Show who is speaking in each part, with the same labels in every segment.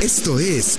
Speaker 1: Esto es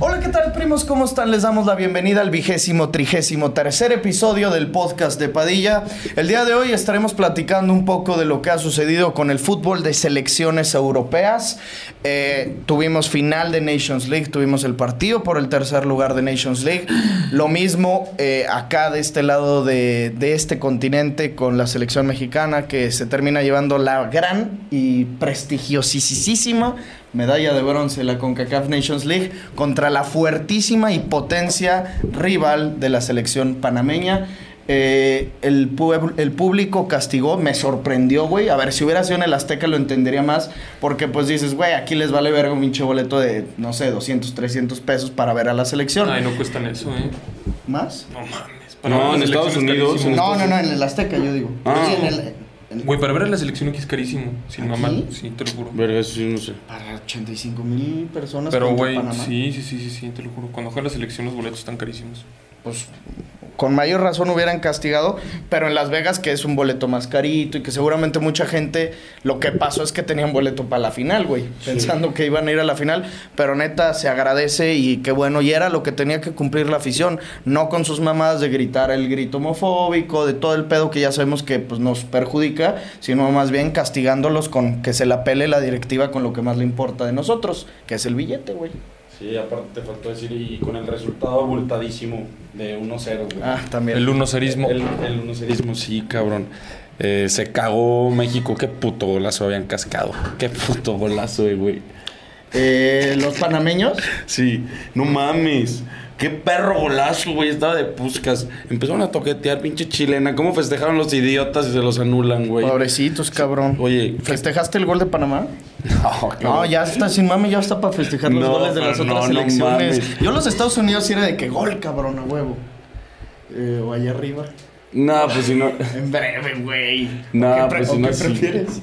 Speaker 2: Hola, ¿qué tal, primos? ¿Cómo están? Les damos la bienvenida al vigésimo, trigésimo, tercer episodio del podcast de Padilla. El día de hoy estaremos platicando un poco de lo que ha sucedido con el fútbol de selecciones europeas. Eh, tuvimos final de Nations League, tuvimos el partido por el tercer lugar de Nations League. Lo mismo eh, acá de este lado de, de este continente con la selección mexicana que se termina llevando la gran y prestigiosísima medalla de bronce de la CONCACAF Nations League contra la fuertísima y potencia rival de la selección panameña. Eh, el, puebl- el público castigó, me sorprendió, güey. A ver, si hubiera sido en el Azteca lo entendería más, porque pues dices, güey, aquí les vale verga un pinche boleto de, no sé, 200, 300 pesos para ver a la selección.
Speaker 3: Ay, no cuestan eso, ¿eh?
Speaker 2: ¿Más?
Speaker 3: No mames.
Speaker 4: No,
Speaker 3: ver
Speaker 4: en
Speaker 3: la selección
Speaker 4: Estados
Speaker 3: es
Speaker 4: Unidos,
Speaker 3: carísimo.
Speaker 4: en
Speaker 2: No, no, no, en el Azteca yo digo.
Speaker 4: Ah.
Speaker 2: Sí, en el- en-
Speaker 3: Güey, para ver a la selección aquí es carísimo. Sin
Speaker 2: ¿Aquí?
Speaker 3: mamá, sí, te lo juro.
Speaker 4: Verga, eso sí, no sé.
Speaker 2: para 85 mil personas.
Speaker 3: Pero,
Speaker 2: contra
Speaker 3: güey,
Speaker 2: Panamá.
Speaker 3: sí, sí, sí, sí, sí, te lo juro. Cuando juega la selección, los boletos están carísimos.
Speaker 2: pues con mayor razón hubieran castigado, pero en Las Vegas que es un boleto más carito y que seguramente mucha gente lo que pasó es que tenían boleto para la final, güey, pensando que iban a ir a la final, pero neta se agradece y qué bueno, y era lo que tenía que cumplir la afición, no con sus mamadas de gritar el grito homofóbico, de todo el pedo que ya sabemos que pues nos perjudica, sino más bien castigándolos con que se la pele la directiva con lo que más le importa de nosotros, que es el billete, güey.
Speaker 4: Sí, aparte te faltó decir, y con el resultado abultadísimo de 1-0, güey.
Speaker 2: Ah, también.
Speaker 3: El unocerismo.
Speaker 4: El, el 1-0ismo, sí, cabrón. Eh, se cagó México, qué puto golazo habían cascado. Qué puto golazo, eh, güey.
Speaker 2: Eh, los panameños.
Speaker 4: Sí, no mames. Qué perro golazo, güey. Estaba de puscas. Empezaron a toquetear, pinche chilena. ¿Cómo festejaron los idiotas y se los anulan, güey?
Speaker 2: Pobrecitos, cabrón.
Speaker 4: Oye,
Speaker 2: ¿festejaste el gol de Panamá?
Speaker 4: No,
Speaker 2: No,
Speaker 4: cabrón.
Speaker 2: ya está sin mami, ya está para festejar los
Speaker 4: No,
Speaker 2: goles de las
Speaker 4: pero
Speaker 2: otras
Speaker 4: no, no
Speaker 2: elecciones.
Speaker 4: mames.
Speaker 2: Yo en los Estados Unidos sí era de que gol, cabrón, a huevo. Eh, o allá arriba.
Speaker 4: No, pues si no.
Speaker 2: En breve, güey.
Speaker 4: No,
Speaker 2: ¿Qué
Speaker 4: pues, si
Speaker 2: o
Speaker 4: no,
Speaker 2: qué
Speaker 4: sí.
Speaker 2: prefieres?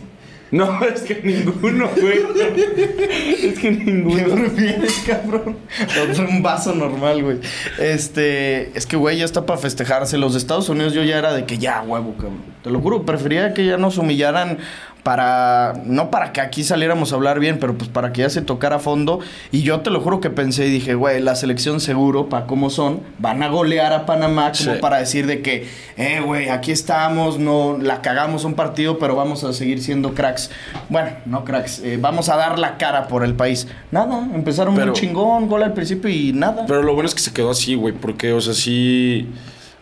Speaker 4: No, es que ninguno, güey. Es que
Speaker 2: ¿Qué
Speaker 4: ninguno.
Speaker 2: prefieres, cabrón? Otro pues, un vaso normal, güey. Este, es que, güey, ya está para festejarse. Los de Estados Unidos yo ya era de que ya, huevo, cabrón. Te lo juro, prefería que ya nos humillaran para, no para que aquí saliéramos a hablar bien, pero pues para que ya se tocara a fondo. Y yo te lo juro que pensé y dije, güey, la selección seguro, para cómo son, van a golear a Panamá como
Speaker 4: Sí.
Speaker 2: para decir de que, eh, güey, aquí estamos, no la cagamos un partido, pero vamos a seguir siendo cracks. Bueno, no cracks, eh, vamos a dar la cara por el país. Nada, empezaron
Speaker 4: Pero-
Speaker 2: un chingón, gol al principio y nada.
Speaker 4: Pero lo bueno es que se quedó así, güey, porque, o sea, sí.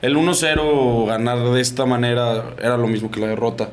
Speaker 4: El 1-0 ganar de esta manera era lo mismo que la derrota.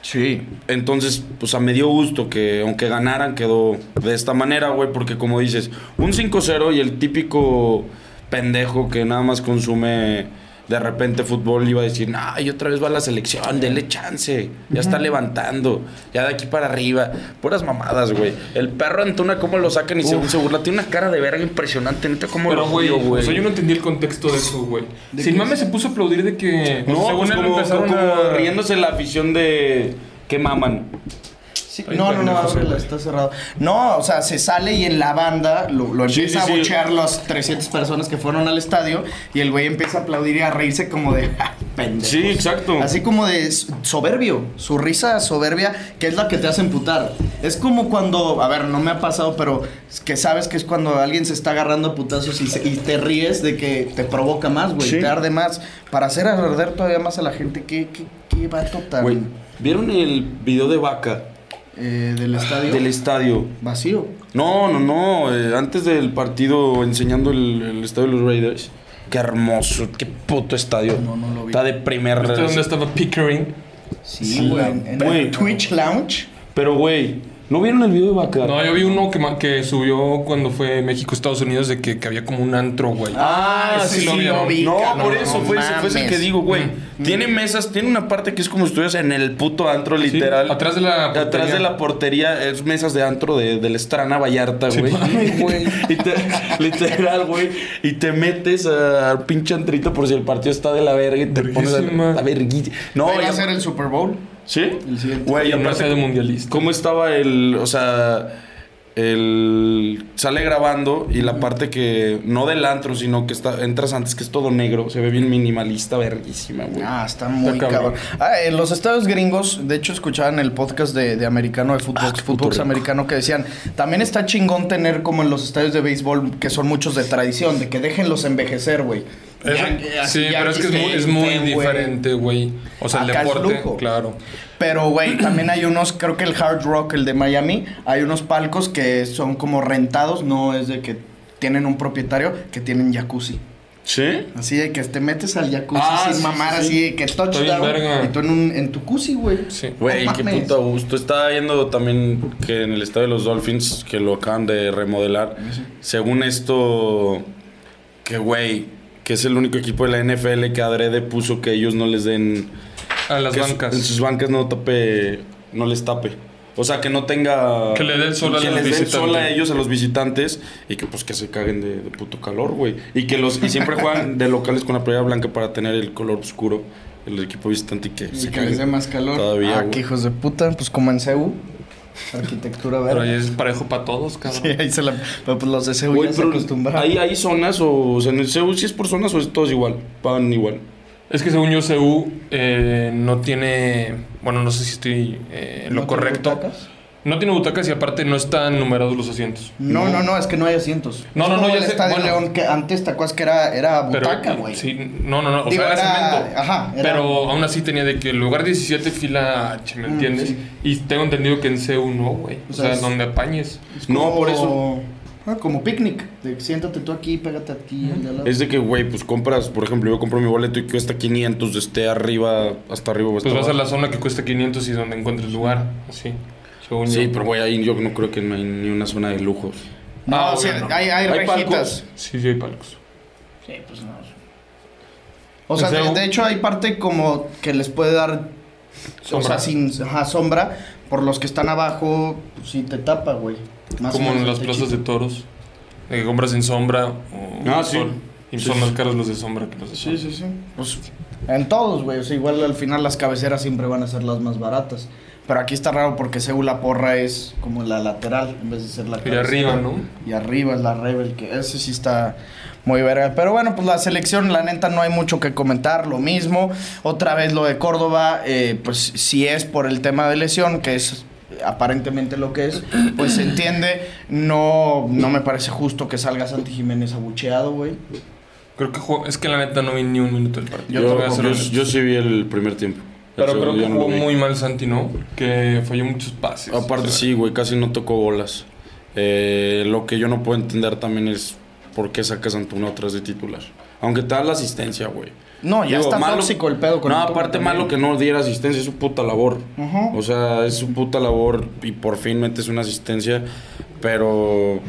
Speaker 2: sí.
Speaker 4: Entonces, o sea, me dio gusto que aunque ganaran quedó de esta manera, güey, porque como dices, un 5-0 y el típico pendejo que nada más consume de repente fútbol iba a decir, no, y otra vez va la selección, dele chance, ya está levantando, ya de aquí para arriba, puras mamadas, güey. El perro Antuna, cómo lo sacan y se, se burla, tiene una cara de verga impresionante, neta, cómo
Speaker 3: Pero,
Speaker 4: lo
Speaker 3: güey,
Speaker 4: odio,
Speaker 3: o sea, yo no entendí el contexto de eso, güey. Sin mames se puso a aplaudir de que.
Speaker 4: No,
Speaker 3: según
Speaker 4: pues
Speaker 3: él
Speaker 4: como,
Speaker 3: empezaron
Speaker 4: como
Speaker 3: a-
Speaker 4: riéndose la afición de que maman.
Speaker 2: Sí,
Speaker 3: Ahí
Speaker 2: no,
Speaker 3: está
Speaker 2: no,
Speaker 3: el
Speaker 2: no,
Speaker 3: José,
Speaker 2: ábrela,
Speaker 3: güey.
Speaker 2: está cerrado. No, o sea, se sale y en la banda lo, lo
Speaker 4: Sí,
Speaker 2: empieza
Speaker 4: sí,
Speaker 2: a
Speaker 4: sí.
Speaker 2: bochear las 300 personas que fueron al estadio y el güey empieza a aplaudir y a reírse como de "Ja, pendejo.
Speaker 4: Sí,
Speaker 3: Pues,
Speaker 4: exacto.
Speaker 2: Así como de s- soberbio, su risa soberbia, que es la que te hace emputar. Es como cuando, a ver, no me ha pasado, pero es que sabes que es cuando alguien se está agarrando a putazos y, se- y te ríes de que te provoca más, güey,
Speaker 4: Sí.
Speaker 2: te arde más. Para hacer arder todavía más a la gente, qué, qué, qué vato tan...
Speaker 4: Güey, ¿vieron el video de Vaca
Speaker 2: eh, del estadio.
Speaker 4: del estadio?
Speaker 2: Vacío.
Speaker 4: No, no, no. eh, antes del partido enseñando el, el estadio de los Raiders. Qué hermoso, qué puto estadio.
Speaker 2: No, no lo vi.
Speaker 4: Está de primer
Speaker 3: ¿Viste dónde estaba Pickering?
Speaker 2: Sí, güey.
Speaker 4: Sí, güey.
Speaker 2: En el
Speaker 4: Güey.
Speaker 2: Twitch Lounge.
Speaker 4: Pero, güey, ¿no vieron el video de Vaca?
Speaker 3: No, yo vi uno que, ma- que subió cuando fue México-Estados Unidos de que, que había como un antro, güey.
Speaker 2: Ah,
Speaker 3: ese sí lo vieron.
Speaker 4: No,
Speaker 2: cabrón,
Speaker 4: por eso fue, ese, fue ese
Speaker 2: mames.
Speaker 4: que digo, güey.
Speaker 3: Mm.
Speaker 4: Tiene mesas, tiene una parte que es como si estuvieras en el puto antro,
Speaker 3: Sí,
Speaker 4: literal.
Speaker 3: atrás de la portería.
Speaker 4: Atrás de la portería es mesas de antro de, de la Estrana Vallarta, güey.
Speaker 3: mames, güey.
Speaker 4: Y te- literal, güey. Y te metes a- al pinche antrito por si el partido está de la verga y te
Speaker 3: Verguísima.
Speaker 4: pones a, a verguilla. No,
Speaker 2: Ahí va
Speaker 4: ya-
Speaker 2: a ser el Super Bowl.
Speaker 4: ¿Sí?
Speaker 2: El siguiente.
Speaker 4: Güey,
Speaker 3: Y
Speaker 4: aparte,
Speaker 3: no sea de mundialista.
Speaker 4: ¿cómo estaba el. O sea. el, sale grabando y la parte que, no del antro, sino que está, entras antes, que es todo negro, se ve bien minimalista, verguísima, güey.
Speaker 2: Ah, está muy
Speaker 3: Está
Speaker 2: cabrón.
Speaker 3: cabrón.
Speaker 2: Ah, en los estados gringos, de hecho, escuchaban el podcast de, de americano de
Speaker 3: Ah,
Speaker 2: fútbol,
Speaker 4: qué
Speaker 2: fútbol
Speaker 4: puto rico.
Speaker 2: americano, que decían, también está chingón tener como en los estadios de béisbol, que son muchos de tradición, de que déjenlos envejecer, güey.
Speaker 3: Es-
Speaker 2: Ya- eh, así
Speaker 3: sí,
Speaker 2: ya
Speaker 3: pero es que es muy,
Speaker 2: existe
Speaker 3: es muy
Speaker 2: Fenway.
Speaker 3: diferente, güey. O sea, el
Speaker 2: Acá es
Speaker 3: deporte,
Speaker 2: lujo.
Speaker 3: claro.
Speaker 2: Pero, güey, también hay unos, creo que el Hard Rock, el de Miami, hay unos palcos que son como rentados, no es de que tienen un propietario, que tienen jacuzzi.
Speaker 4: ¿Sí?
Speaker 2: Así de que te metes al jacuzzi
Speaker 4: Ah,
Speaker 2: sin
Speaker 4: sí,
Speaker 2: mamar,
Speaker 4: sí, sí.
Speaker 2: así de que
Speaker 3: bien
Speaker 2: touchdown.
Speaker 3: verga.
Speaker 2: Y tú en, un, en tu cusi, güey.
Speaker 3: Sí.
Speaker 4: Güey,
Speaker 2: No
Speaker 4: qué
Speaker 2: mames.
Speaker 4: puto gusto. Estaba viendo también que en el estado de los Dolphins, que lo acaban de remodelar,
Speaker 2: Ah,
Speaker 4: según esto, que güey, que es el único equipo de la NFL que adrede puso que ellos no les den...
Speaker 3: A las
Speaker 4: que su-
Speaker 3: bancas.
Speaker 4: en sus bancas no tape, no les tape. O sea, que no tenga...
Speaker 3: Que le dé el sol a
Speaker 4: que
Speaker 3: los
Speaker 4: les dé el sol
Speaker 3: visitantes.
Speaker 4: a ellos, a los visitantes, y que pues que se caguen de, de puto calor, güey. Y que los... Y siempre juegan de locales con la playera blanca para tener el color oscuro, el equipo visitante, y que
Speaker 2: Y
Speaker 4: se
Speaker 2: que les dé
Speaker 4: caguen.
Speaker 2: más calor.
Speaker 4: Todavía,
Speaker 2: ah,
Speaker 4: güey.
Speaker 2: qué hijos de puta. Pues como en CEU. Arquitectura
Speaker 3: Pero
Speaker 2: verde.
Speaker 3: ahí es parejo para todos, cabrón.
Speaker 2: Sí, ahí se la... Pero pues los de CEU
Speaker 4: Güey,
Speaker 2: ya se
Speaker 4: pero
Speaker 2: acostumbraron.
Speaker 4: ¿Hay, hay zonas o, o sea, en el CEU si es por zonas o es todos igual? Pagan igual.
Speaker 3: Es que según yo, CU eh, no tiene. Bueno, no sé si estoy eh, en lo
Speaker 2: ¿No tiene
Speaker 3: correcto.
Speaker 2: butacas?
Speaker 3: No tiene butacas y aparte no están numerados los asientos.
Speaker 2: No, no, no, es que no hay asientos.
Speaker 3: No,
Speaker 2: Es
Speaker 3: no, no,
Speaker 2: como
Speaker 3: ya
Speaker 2: el
Speaker 3: sé,
Speaker 2: Estadio
Speaker 3: bueno.
Speaker 2: León, que antes te acuerdas que era, era
Speaker 3: Pero,
Speaker 2: butaca, güey.
Speaker 3: sí, no, no, no. O
Speaker 2: Digo,
Speaker 3: sea, era,
Speaker 2: era-
Speaker 3: cemento.
Speaker 2: ajá, era-
Speaker 3: Pero aún así tenía de que el lugar 17 fila H, ¿me
Speaker 2: Mm,
Speaker 3: entiendes?
Speaker 2: sí.
Speaker 3: Y tengo entendido que en CU no, güey.
Speaker 2: O
Speaker 3: O,
Speaker 2: sea,
Speaker 3: sea,
Speaker 2: es-
Speaker 3: donde apañes.
Speaker 2: Es
Speaker 4: No,
Speaker 2: como-
Speaker 4: por eso.
Speaker 2: ah, como picnic. de que siéntate tú aquí, pégate a ti. al de al lado.
Speaker 4: Es de que, güey, pues compras, por ejemplo, yo compro mi boleto y cuesta 500, esté arriba, hasta arriba o hasta
Speaker 3: Pues vas a
Speaker 4: abajo.
Speaker 3: la zona que cuesta 500 y donde encuentres lugar. Así. Según
Speaker 4: Sí,
Speaker 3: yo.
Speaker 4: pero güey, ahí yo no creo que no hay ni una zona de lujos.
Speaker 2: No,
Speaker 3: Ah,
Speaker 2: o sea,
Speaker 3: bueno.
Speaker 2: hay, hay
Speaker 4: ¿Hay
Speaker 2: rejitas.
Speaker 4: palcos?
Speaker 3: Sí, sí, hay palcos.
Speaker 2: Sí, pues no. O sea,
Speaker 3: O sea,
Speaker 2: de,
Speaker 3: un-
Speaker 2: de hecho hay parte como que les puede dar sombra. O
Speaker 3: Sombra.
Speaker 2: sea, sin ajá, sombra. Por los que están abajo, pues sí te tapa, güey. Más o
Speaker 3: Como
Speaker 2: menos
Speaker 3: en
Speaker 2: el
Speaker 3: las
Speaker 2: techito.
Speaker 3: plazas de toros. De que compras en sombra o
Speaker 4: Ah,
Speaker 3: en
Speaker 4: sí.
Speaker 3: sol. Y
Speaker 4: Sí,
Speaker 3: son
Speaker 4: sí.
Speaker 3: más caros los de sombra que los de sol.
Speaker 2: Sí, sí, sí. Pues en todos, güey. O sea, igual al final las cabeceras siempre van a ser las más baratas. Pero aquí está raro porque según la porra es como la lateral en vez de ser la
Speaker 3: Y de
Speaker 2: cabecera.
Speaker 3: arriba, ¿no?
Speaker 2: Y arriba es la Rebel, que ese sí está muy verga. Pero bueno, pues la selección, la neta, no hay mucho que comentar. Lo mismo. Otra vez lo de Córdoba, eh, pues si es por el tema de lesión, que es aparentemente lo que es, pues se entiende. No, no me parece justo que salga Santi Jiménez abucheado, güey.
Speaker 3: Creo que jugó, es que la neta no vi ni un minuto del partido.
Speaker 4: Yo,
Speaker 3: te voy a
Speaker 4: yo,
Speaker 3: ser honesto.
Speaker 4: yo sí vi el primer tiempo. El
Speaker 3: pero creo
Speaker 4: segundo
Speaker 3: que
Speaker 4: ya no lo
Speaker 3: jugó
Speaker 4: vi.
Speaker 3: muy mal Santi, ¿no? Que falló muchos pases.
Speaker 4: Aparte,
Speaker 3: O sea,
Speaker 4: sí, güey, casi no tocó bolas. Eh, lo que yo no puedo entender también es por qué sacas a Antuna otra vez de titular. Aunque te da la asistencia, güey.
Speaker 2: No, ya
Speaker 4: Digo,
Speaker 2: está
Speaker 4: malo-
Speaker 2: tóxico el pedo con
Speaker 4: No,
Speaker 2: el Tuca
Speaker 4: aparte,
Speaker 2: también.
Speaker 4: malo que no diera asistencia, es su puta labor.
Speaker 2: Ajá.
Speaker 4: O sea, es su puta labor y por fin metes una asistencia. Pero,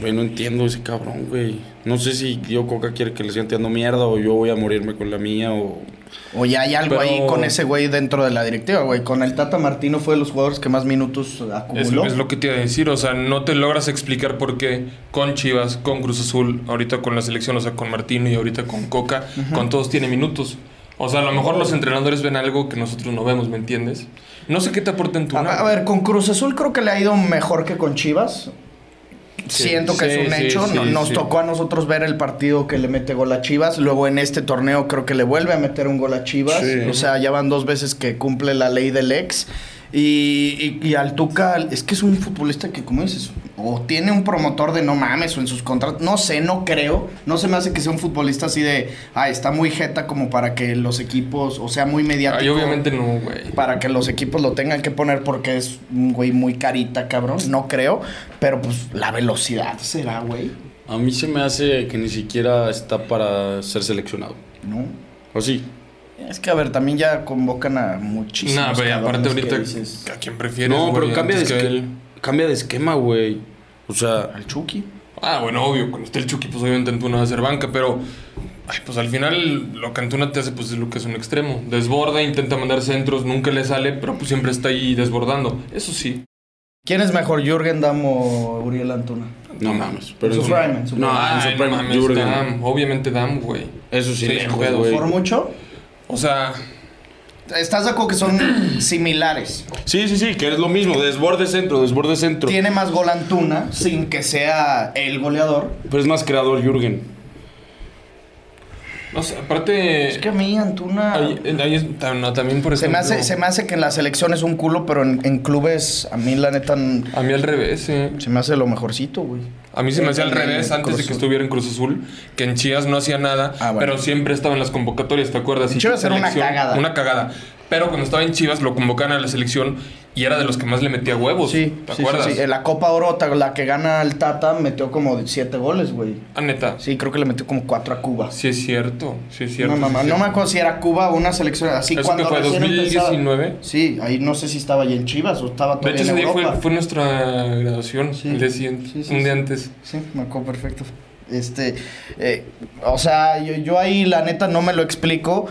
Speaker 4: güey, no entiendo ese cabrón, güey. No sé si yo Coca quiere que le siga tirando mierda o yo voy a morirme con la mía o.
Speaker 2: O ya hay algo
Speaker 3: Pero-
Speaker 2: ahí con ese güey dentro de la directiva, güey. Con el Tata Martino fue de los jugadores que más minutos
Speaker 3: Es,
Speaker 2: acumuló.
Speaker 3: es lo que te iba a decir, o sea, no te logras explicar por qué con Chivas, con Cruz Azul, ahorita con la selección, o sea, con Martino y ahorita con Coca, con todos tiene minutos. O sea, a lo mejor los entrenadores ven algo que nosotros no vemos, ¿me entiendes? No sé qué te aporta en tu
Speaker 2: A, a ver, con Cruz Azul creo que le ha ido mejor que con Chivas.
Speaker 3: Sí,
Speaker 2: Siento que
Speaker 3: sí,
Speaker 2: es un
Speaker 3: sí,
Speaker 2: hecho.
Speaker 3: sí,
Speaker 2: No- Nos
Speaker 3: sí.
Speaker 2: tocó a nosotros ver el partido que le mete gol a Chivas. Luego en este torneo creo que le vuelve a meter un gol a Chivas.
Speaker 4: Sí.
Speaker 2: O sea, ya van dos veces que cumple la ley del ex. Y, y, y al Tuca, es que es un futbolista que, como dices, o tiene un promotor de no mames o en sus contratos. No sé, no creo. No se me hace que sea un futbolista así de, ah, está muy jeta como para que los equipos, o sea, muy mediático
Speaker 3: Ay, obviamente no, güey.
Speaker 2: para que los equipos lo tengan que poner porque es un güey muy carita, cabrón. No creo, pero pues la velocidad será, güey.
Speaker 4: A mí se me hace que ni siquiera está para ser seleccionado.
Speaker 2: No.
Speaker 4: ¿O sí?
Speaker 2: Es que, a ver, también ya convocan a muchísimos.
Speaker 3: Nah, pero y aparte
Speaker 2: cabrones que
Speaker 3: ahorita,
Speaker 2: dices,
Speaker 3: ¿a quién prefieres?
Speaker 4: No, pero
Speaker 3: güey,
Speaker 4: cambia de,
Speaker 3: antes que
Speaker 4: esque-
Speaker 3: él?
Speaker 4: cambia de esquema, güey. O sea,
Speaker 2: Al Chucky.
Speaker 3: Ah, bueno, obvio, cuando esté el Chucky, pues obviamente Antuna va a ser banca, pero ay, pues al final lo que Antuna te hace, pues es lo que es un extremo. Desborda, intenta mandar centros, nunca le sale, pero pues siempre está ahí desbordando. Eso sí.
Speaker 2: ¿Quién es mejor, Jürgen Damm o Uriel Antuna?
Speaker 4: no mames.
Speaker 2: Pero
Speaker 4: Pero
Speaker 2: su
Speaker 4: eso-
Speaker 2: prime, en su
Speaker 4: No,
Speaker 2: prime.
Speaker 4: en
Speaker 3: Ay,
Speaker 4: su prime,
Speaker 3: no mames,
Speaker 4: Jürgen.
Speaker 3: Dam, obviamente Dam, güey.
Speaker 4: Eso sí,
Speaker 3: Sí,
Speaker 4: lejos,
Speaker 3: pedo,
Speaker 4: güey.
Speaker 2: ¿Por mucho?
Speaker 3: O sea,
Speaker 2: Estás de acuerdo que son similares.
Speaker 4: Sí, sí, sí, que es lo mismo. Desborde centro, desborde centro.
Speaker 2: Tiene más gol Antuna sin que sea el goleador.
Speaker 4: Pero es más creador Jürgen.
Speaker 3: No sé, aparte.
Speaker 2: Es que a mí Antuna
Speaker 3: ahí- ahí es- tam- no, también por
Speaker 2: se me,
Speaker 3: ejemplo,
Speaker 2: hace, se me hace que en la selección es un culo, pero en, en clubes a mí la neta n-
Speaker 3: A mí al revés, eh.
Speaker 2: se me hace lo mejorcito, güey.
Speaker 3: A mí se me hacía al
Speaker 2: Eh, En- en
Speaker 3: revés antes de
Speaker 2: Cruz Azul.
Speaker 3: que estuviera en Cruz Azul, que en Chivas no hacía nada,
Speaker 2: Ah, bueno.
Speaker 3: pero siempre estaba en las convocatorias, ¿te acuerdas?
Speaker 2: En
Speaker 3: Y
Speaker 2: Chivas era una
Speaker 3: selección-
Speaker 2: cagada.
Speaker 3: Una cagada. Pero cuando estaba en Chivas lo convocaban a la selección y era de los que más le metía huevos.
Speaker 2: Sí,
Speaker 3: ¿Te
Speaker 2: sí,
Speaker 3: acuerdas?
Speaker 2: sí, sí. En la Copa Oro, ta- la que gana el Tata, metió como siete goles, güey.
Speaker 3: Ah, neta. Sí.
Speaker 2: Sí, creo que le metió como cuatro a Cuba.
Speaker 3: es cierto. Sí es cierto.
Speaker 2: No,
Speaker 3: sí es
Speaker 2: mamá, no
Speaker 3: cierto.
Speaker 2: me acuerdo si era Cuba o una selección así.
Speaker 3: ¿Eso
Speaker 2: cuando
Speaker 3: que fue
Speaker 2: recién
Speaker 3: 2019?
Speaker 2: empezaba. Sí, ahí no sé si estaba ya en Chivas o estaba
Speaker 3: De
Speaker 2: todavía
Speaker 3: hecho, ese
Speaker 2: en
Speaker 3: día
Speaker 2: Europa.
Speaker 3: fue, fue nuestra graduación,
Speaker 2: Sí.
Speaker 3: el día siguiente,
Speaker 2: Sí, sí,
Speaker 3: un día
Speaker 2: sí.
Speaker 3: antes.
Speaker 2: Sí, me acuerdo perfecto. Este, eh, o sea, yo, yo ahí la neta no me lo explico.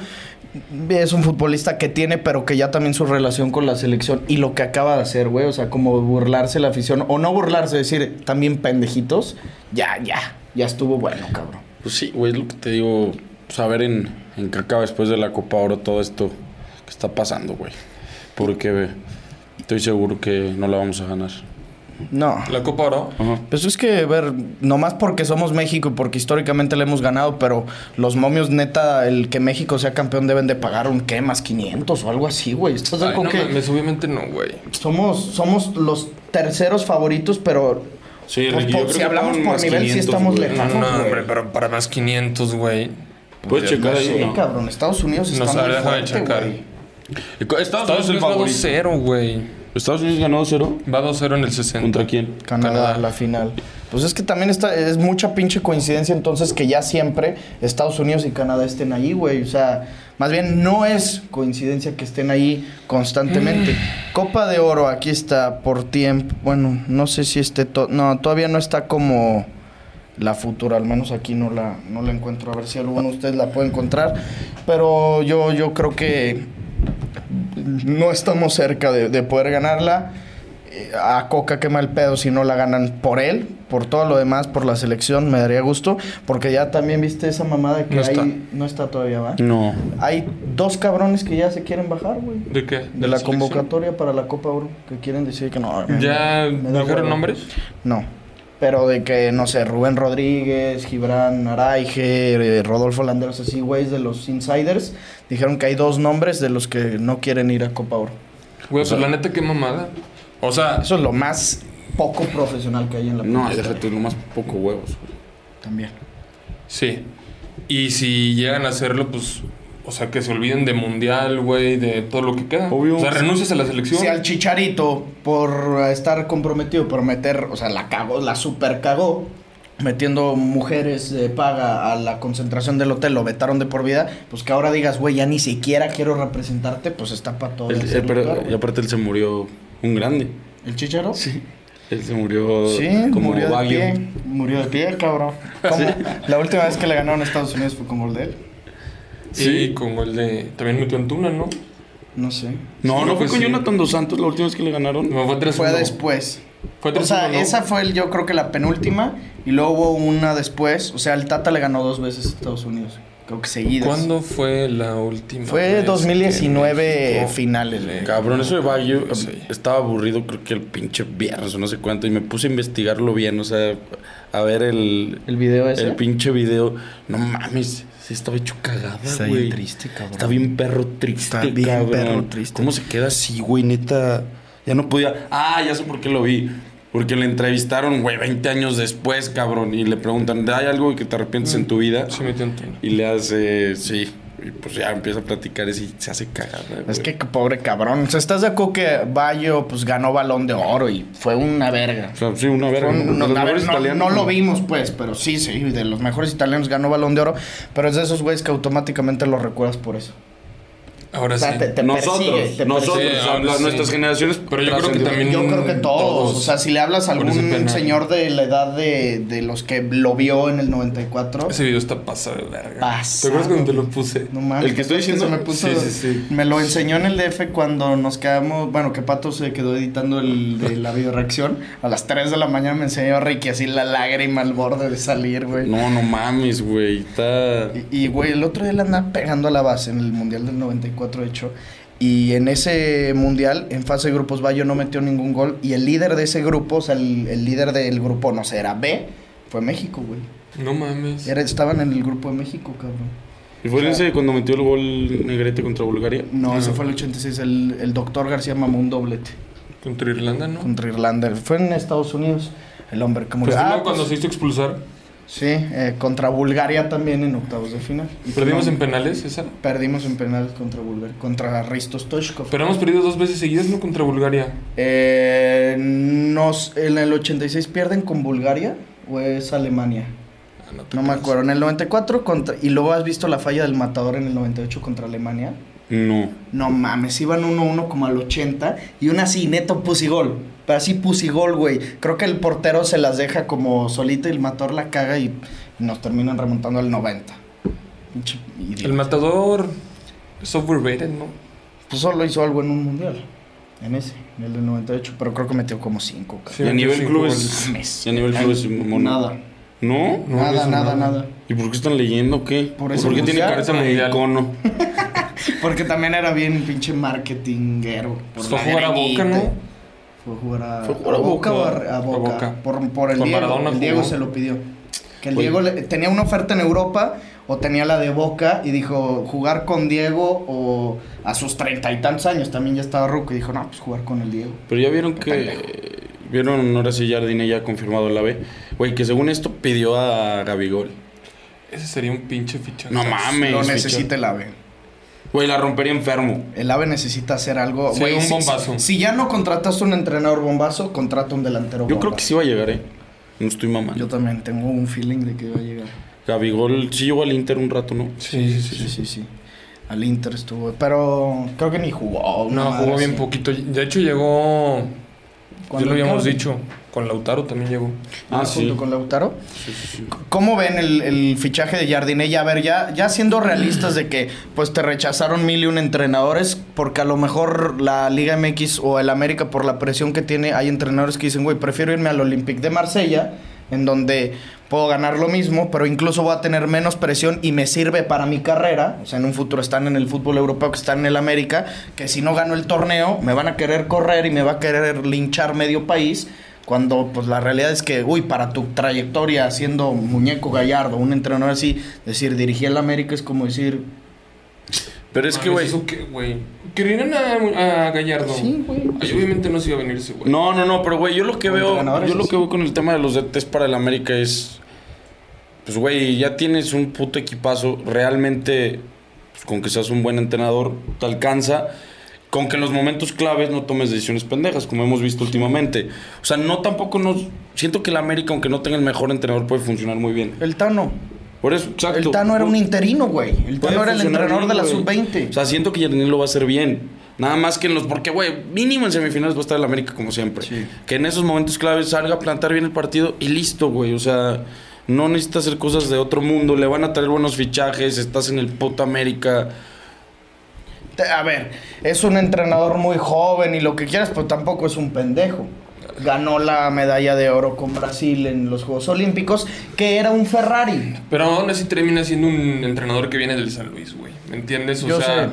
Speaker 2: Es un futbolista que tiene, pero que ya también su relación con la selección y lo que acaba de hacer, güey. O sea, como burlarse la afición o no burlarse, decir también pendejitos. Ya, ya, ya estuvo bueno, cabrón.
Speaker 4: Pues sí, güey, es lo que te digo. Saber en, en qué acaba después de la Copa Oro todo esto que está pasando, güey. Porque ve, estoy seguro que no la vamos a ganar.
Speaker 2: No.
Speaker 3: La Copa Oro.
Speaker 4: Ajá.
Speaker 2: Pues es que, ver, nomás porque somos México y porque históricamente le hemos ganado, pero los momios, neta, el que México sea campeón deben de pagar un qué, más 500 o algo así, güey. ¿Estás de
Speaker 3: Ay,
Speaker 2: acuerdo
Speaker 3: no,
Speaker 2: que-
Speaker 3: mames, obviamente no, güey.
Speaker 2: somos, somos los terceros favoritos, pero
Speaker 4: Sí,
Speaker 2: Pues, por-
Speaker 4: Ricky, yo creo
Speaker 2: si
Speaker 4: que
Speaker 2: hablamos
Speaker 4: pagan
Speaker 2: por
Speaker 4: más
Speaker 2: nivel, sí
Speaker 4: 500,
Speaker 2: estamos
Speaker 4: güey.
Speaker 2: lejos.
Speaker 3: No,
Speaker 2: Claro,
Speaker 3: no,
Speaker 2: güey.
Speaker 3: hombre, pero para más 500, güey.
Speaker 4: Puedes
Speaker 3: Dios,
Speaker 4: checar
Speaker 3: no
Speaker 4: ahí,
Speaker 3: sé.
Speaker 2: sí,
Speaker 4: no.
Speaker 2: cabrón, Estados Unidos está
Speaker 3: No
Speaker 2: muy
Speaker 3: sabré, déjame
Speaker 2: fuerte,
Speaker 3: checar.
Speaker 2: güey.
Speaker 4: Estados Unidos
Speaker 3: Estados
Speaker 4: es el
Speaker 3: Unidos va
Speaker 4: favorito.
Speaker 3: 2-0, güey.
Speaker 4: Estados Unidos ganó 0.
Speaker 3: Va 2-0 en el 60.
Speaker 4: ¿Contra quién?
Speaker 2: Canadá,
Speaker 3: Canadá.
Speaker 2: la final. Pues es que también está, es mucha pinche coincidencia entonces que ya siempre Estados Unidos y Canadá estén ahí, güey. O sea, más bien no es coincidencia que estén ahí constantemente. Copa de Oro, aquí está por tiempo. Bueno, no sé si esté... to- no, todavía no está como la futura, al menos aquí no la, no la encuentro. A ver si alguno de ustedes la puede encontrar. Pero yo, yo creo que no estamos cerca de, de poder ganarla. Eh, A Coca quema el pedo si no la ganan por él, por todo lo demás, por la selección, me daría gusto. Porque ya también viste esa mamada que
Speaker 3: No
Speaker 2: hay-
Speaker 3: está.
Speaker 2: no está todavía, ¿va?
Speaker 4: No.
Speaker 2: Hay dos cabrones que ya se quieren bajar, güey.
Speaker 3: ¿De qué?
Speaker 2: De la
Speaker 3: selección?
Speaker 2: convocatoria para la Copa Oro, que quieren decir que no. me-
Speaker 3: ¿Ya
Speaker 2: me da
Speaker 3: dijeron
Speaker 2: hueva.
Speaker 3: nombres?
Speaker 2: No. Pero de que, no sé, Rubén Rodríguez, Gibran Araige, eh, Rodolfo Landeros, así, güeyes de los insiders, dijeron que hay dos nombres de los que no quieren ir a Copa Oro.
Speaker 3: Güey,
Speaker 4: O sea-
Speaker 3: pues la neta, qué mamada. O sea,
Speaker 2: Eso es lo más poco profesional que hay en la
Speaker 4: No,
Speaker 2: pinche historia.
Speaker 4: déjate nomás poco huevos. güey.
Speaker 2: También.
Speaker 3: sí. Y si llegan a hacerlo, pues. O sea, que se olviden de mundial, güey, de todo lo que queda.
Speaker 4: Obvio.
Speaker 3: O sea, renuncias a la selección.
Speaker 2: Si al Chicharito, por estar comprometido, por meter, o sea, la cagó, la super cagó, metiendo mujeres de paga a la concentración del hotel, lo vetaron de por vida, pues que ahora digas, güey, ya ni siquiera quiero representarte, pues está para todo.
Speaker 4: Él-
Speaker 2: el
Speaker 4: él-
Speaker 2: ser
Speaker 4: eh, pero-
Speaker 2: lugar,
Speaker 4: y
Speaker 2: güey.
Speaker 4: aparte él se murió un grande.
Speaker 2: ¿El Chicharo? Sí.
Speaker 4: Él se murió como
Speaker 2: murió
Speaker 4: Baggio.
Speaker 2: de pie. Murió de pie, cabrón. ¿Cómo? La última vez que le ganaron a Estados Unidos fue con gol de él.
Speaker 3: Sí,
Speaker 4: Sí.
Speaker 3: como el de. También metió Antuna, ¿no?
Speaker 2: No sé.
Speaker 4: No,
Speaker 3: Sí,
Speaker 4: no fue
Speaker 3: pues
Speaker 4: con
Speaker 3: sí.
Speaker 4: Jonathan dos Santos la última vez que le ganaron.
Speaker 3: No, fue 3
Speaker 2: Fue después.
Speaker 3: Fue
Speaker 2: O
Speaker 3: 3
Speaker 2: sea, esa fue el- yo creo que la penúltima y luego hubo una después. O sea, el Tata le ganó dos veces a Estados Unidos. Creo que seguidas.
Speaker 3: ¿Cuándo fue la última?
Speaker 2: Fue
Speaker 3: vez
Speaker 2: 2019
Speaker 3: que México
Speaker 2: finales, güey.
Speaker 3: le-
Speaker 4: Cabrón, eso de Baggio
Speaker 3: No sé.
Speaker 4: estaba aburrido, creo que el pinche viernes o no sé cuánto, y me puse a investigarlo bien, o sea, a ver el,
Speaker 2: El video ese.
Speaker 4: el pinche video. No mames, sí estaba hecho cagada,
Speaker 2: Está bien
Speaker 4: güey.
Speaker 2: triste, cabrón.
Speaker 4: Está bien perro triste,
Speaker 2: Está bien
Speaker 4: cabrón.
Speaker 2: perro triste.
Speaker 4: ¿Cómo se queda así, güey? Neta, ya no podía. Ah, ya sé por qué lo vi. Porque le entrevistaron, güey, 20 años después, cabrón, y le preguntan, ¿hay algo que te arrepientes en tu vida?
Speaker 3: Sí, metió Antuna.
Speaker 4: Y le hace, sí. Y pues ya empieza a platicar y sí, se hace cagada,
Speaker 2: Es
Speaker 4: güey.
Speaker 2: que qué pobre cabrón. O sea, ¿estás de acuerdo que Bayo pues ganó balón de oro y fue una verga?
Speaker 4: O sea, sí, una verga.
Speaker 2: Fue un-
Speaker 4: ¿no?
Speaker 2: no,
Speaker 4: Los
Speaker 2: a ver,
Speaker 4: mejores
Speaker 2: no-
Speaker 4: italianos,
Speaker 2: no lo
Speaker 4: ¿no?
Speaker 2: vimos, pues, pero sí, sí, de los mejores italianos ganó balón de oro. Pero es de esos güeyes que automáticamente los recuerdas por eso.
Speaker 3: Ahora
Speaker 2: O sea,
Speaker 3: sí.
Speaker 2: te, te persigue,
Speaker 4: Nosotros,
Speaker 2: te
Speaker 4: nosotros,
Speaker 2: persigue.
Speaker 3: Sí,
Speaker 4: o sea,
Speaker 3: ahora
Speaker 4: las-
Speaker 3: sí.
Speaker 4: nuestras generaciones.
Speaker 3: Pero yo creo que también-
Speaker 2: Yo creo que todos.
Speaker 3: Todos.
Speaker 2: O sea, si le hablas a
Speaker 3: Por ese
Speaker 2: algún
Speaker 3: penal.
Speaker 2: señor de la edad de, de los que lo vio en el 94.
Speaker 3: Ese video está pasado de verga.
Speaker 2: Pasado.
Speaker 3: ¿Te acuerdas cuando te lo puse?
Speaker 2: No mames.
Speaker 4: El que estoy diciendo-
Speaker 2: se me puso-
Speaker 4: sí, sí, sí.
Speaker 2: Me lo enseñó en el DF cuando nos quedamos. Bueno, que Pato se quedó editando el, de la videoreacción. A las 3 de la mañana me enseñó Ricky así la lágrima al borde de salir, güey.
Speaker 4: No, no mames, güey. Está.
Speaker 2: Y, y, güey, el otro día le andaba pegando a la base en el Mundial del 94, de hecho. Y en ese mundial, en fase de grupos, Bayo no metió ningún gol. Y el líder de ese grupo, o sea, el, el líder del grupo, no sé, era B, fue México, güey.
Speaker 3: No mames.
Speaker 2: Era- estaban en el grupo de México, cabrón.
Speaker 4: ¿Y fue en ese cuando metió el gol Negrete contra Bulgaria?
Speaker 2: No, eso fue el 86. El, el doctor García mamó un doblete
Speaker 3: Contra Irlanda, ¿no?
Speaker 2: contra Irlanda. Fue en Estados Unidos. El hombre, como
Speaker 3: Pues
Speaker 2: que-
Speaker 3: luego
Speaker 2: ah,
Speaker 3: cuando
Speaker 2: pues,
Speaker 3: se hizo expulsar,
Speaker 2: Sí, eh, contra Bulgaria también en octavos de final. Y
Speaker 3: perdimos
Speaker 2: no,
Speaker 3: en penales esa.
Speaker 2: Perdimos en penales contra Bulgaria. Contra Ristos Stoichkov.
Speaker 3: Pero hemos perdido dos veces seguidas, ¿no? Contra Bulgaria.
Speaker 2: Eh, nos, en el 86 pierden con Bulgaria o es Alemania.
Speaker 3: Ah, te
Speaker 2: No me
Speaker 3: creas.
Speaker 2: acuerdo. En el 94 contra... Y luego has visto la falla del matador en el 98 contra Alemania.
Speaker 4: No.
Speaker 2: No mames, iban 1-1 como al 80 y una así, neto pusigol. Pero así pusigol, güey. Creo que el portero se las deja como solito y el matador la caga y nos terminan remontando al 90. Pinche idiota.
Speaker 3: El matador. Es overrated, ¿no?
Speaker 2: Pues solo hizo algo en un mundial. En ese, en el del 98. Pero creo que metió como 5,
Speaker 3: Sí,
Speaker 4: y a nivel
Speaker 3: sí,
Speaker 4: clubes.
Speaker 2: Mames.
Speaker 4: Y a nivel clubes, mamón.
Speaker 2: Nada.
Speaker 4: ¿No?
Speaker 3: No, no
Speaker 2: nada,
Speaker 3: hizo
Speaker 2: nada,
Speaker 3: nada.
Speaker 2: nada.
Speaker 4: ¿Y por qué están leyendo o qué?
Speaker 2: Por
Speaker 4: Por,
Speaker 2: eso pues
Speaker 4: qué tiene
Speaker 2: mundial.
Speaker 4: carta de
Speaker 3: Mundial.
Speaker 4: icono?
Speaker 2: Porque también era bien pinche marketinguero. por
Speaker 3: Pues fue a
Speaker 2: la
Speaker 3: jugar a
Speaker 2: greñita.
Speaker 3: Boca, ¿no?
Speaker 2: Fue a jugar a,
Speaker 4: Fue a jugar
Speaker 2: a
Speaker 4: a
Speaker 2: Boca,
Speaker 4: Boca.
Speaker 2: o a, a Boca.
Speaker 3: A Boca.
Speaker 2: Por, por el
Speaker 3: Con
Speaker 2: Diego.
Speaker 3: Maradona
Speaker 2: el Diego
Speaker 3: jugó.
Speaker 2: se lo pidió. Que el
Speaker 4: Oye.
Speaker 2: Diego le- tenía una oferta en Europa o tenía la de Boca y dijo jugar con Diego o a sus treinta y tantos años también ya estaba ruco y dijo no pues jugar con el Diego.
Speaker 4: Pero ya vieron que. Vieron, ahora sí, Jardine ya ha confirmado la B. Güey, que según esto pidió a Gabigol.
Speaker 3: Ese sería un pinche fichaje.
Speaker 4: No mames.
Speaker 2: lo
Speaker 4: fichó.
Speaker 2: necesita el AVE.
Speaker 4: Güey, la rompería enfermo.
Speaker 2: El AVE necesita hacer algo.
Speaker 3: Sí,
Speaker 2: güey,
Speaker 3: un
Speaker 2: si-
Speaker 3: bombazo.
Speaker 2: Si, si ya no contrataste un entrenador bombazo, contrata un delantero
Speaker 4: Yo
Speaker 2: bomba.
Speaker 4: creo que sí va a llegar, ¿eh? No estoy mamando.
Speaker 2: Yo también tengo un feeling de que va a llegar.
Speaker 4: Gabigol sí llegó al Inter un rato, ¿no?
Speaker 3: Sí, sí, sí.
Speaker 2: Sí, sí, sí. Al Inter estuvo, pero creo que ni jugó. una
Speaker 3: No,
Speaker 2: madre
Speaker 3: jugó bien
Speaker 2: así.
Speaker 3: poquito. De hecho, llegó. Ya
Speaker 2: Cuando
Speaker 3: lo habíamos
Speaker 2: Icardi-
Speaker 3: dicho. Con Lautaro también llegó.
Speaker 2: Ah,
Speaker 4: Ah,
Speaker 2: junto
Speaker 4: sí.
Speaker 2: con Lautaro. ¿Cómo ven el, el fichaje de Jardine? Ya, a ver, ya, ya siendo realistas de que pues te rechazaron mil y un entrenadores, porque a lo mejor la Liga MX o el América, por la presión que tiene, hay entrenadores que dicen, güey, prefiero irme al Olympique de Marsella, en donde puedo ganar lo mismo, pero incluso voy a tener menos presión y me sirve para mi carrera. O sea, en un futuro están en el fútbol europeo, que están en el América, que si no gano el torneo, me van a querer correr y me va a querer linchar medio país. Cuando pues la realidad es que, uy, para tu trayectoria siendo muñeco gallardo, un entrenador así, decir, dirigí al América es como decir,
Speaker 4: Pero es que, güey.
Speaker 3: ¿Eso qué, güey? Querían a, a Gallardo.
Speaker 2: sí, güey.
Speaker 3: Ay, obviamente no se iba a venir ese güey.
Speaker 4: Pues, No, no, no, pero güey, yo lo que
Speaker 2: Como
Speaker 4: veo,
Speaker 2: entrenadores,
Speaker 4: yo lo
Speaker 2: sí.
Speaker 4: que veo con el tema de los DTs para el América es pues güey, ya tienes un puto equipazo, realmente pues, con que seas un buen entrenador te alcanza. Con que en los momentos claves no tomes decisiones pendejas, como hemos visto últimamente. O sea, no tampoco nos. Siento que el América, aunque no tenga el mejor entrenador, puede funcionar muy bien.
Speaker 2: El Tano.
Speaker 4: Por eso, exacto.
Speaker 2: El Tano era un interino, güey. El
Speaker 4: Puede
Speaker 2: Tano era el
Speaker 4: funcionar
Speaker 2: entrenador
Speaker 4: bien,
Speaker 2: de la
Speaker 4: güey.
Speaker 2: sub-20.
Speaker 4: O sea, siento que Yarnil lo va a hacer bien. Nada más que en los. Porque, güey, mínimo en semifinales va a estar el América como siempre.
Speaker 2: Sí.
Speaker 4: Que en esos momentos claves salga a plantar bien el partido y listo, güey. O sea, no necesita hacer cosas de otro mundo. Le van a traer buenos fichajes. Estás en el puto América.
Speaker 2: Te- A ver, es un entrenador muy joven y lo que quieras, pero tampoco es un pendejo. Ganó la medalla de oro con Brasil en los Juegos Olímpicos, que era un Ferrari.
Speaker 3: Pero aún así termina siendo un entrenador que viene del San Luis, güey. ¿Me entiendes? O
Speaker 2: Yo
Speaker 3: sea,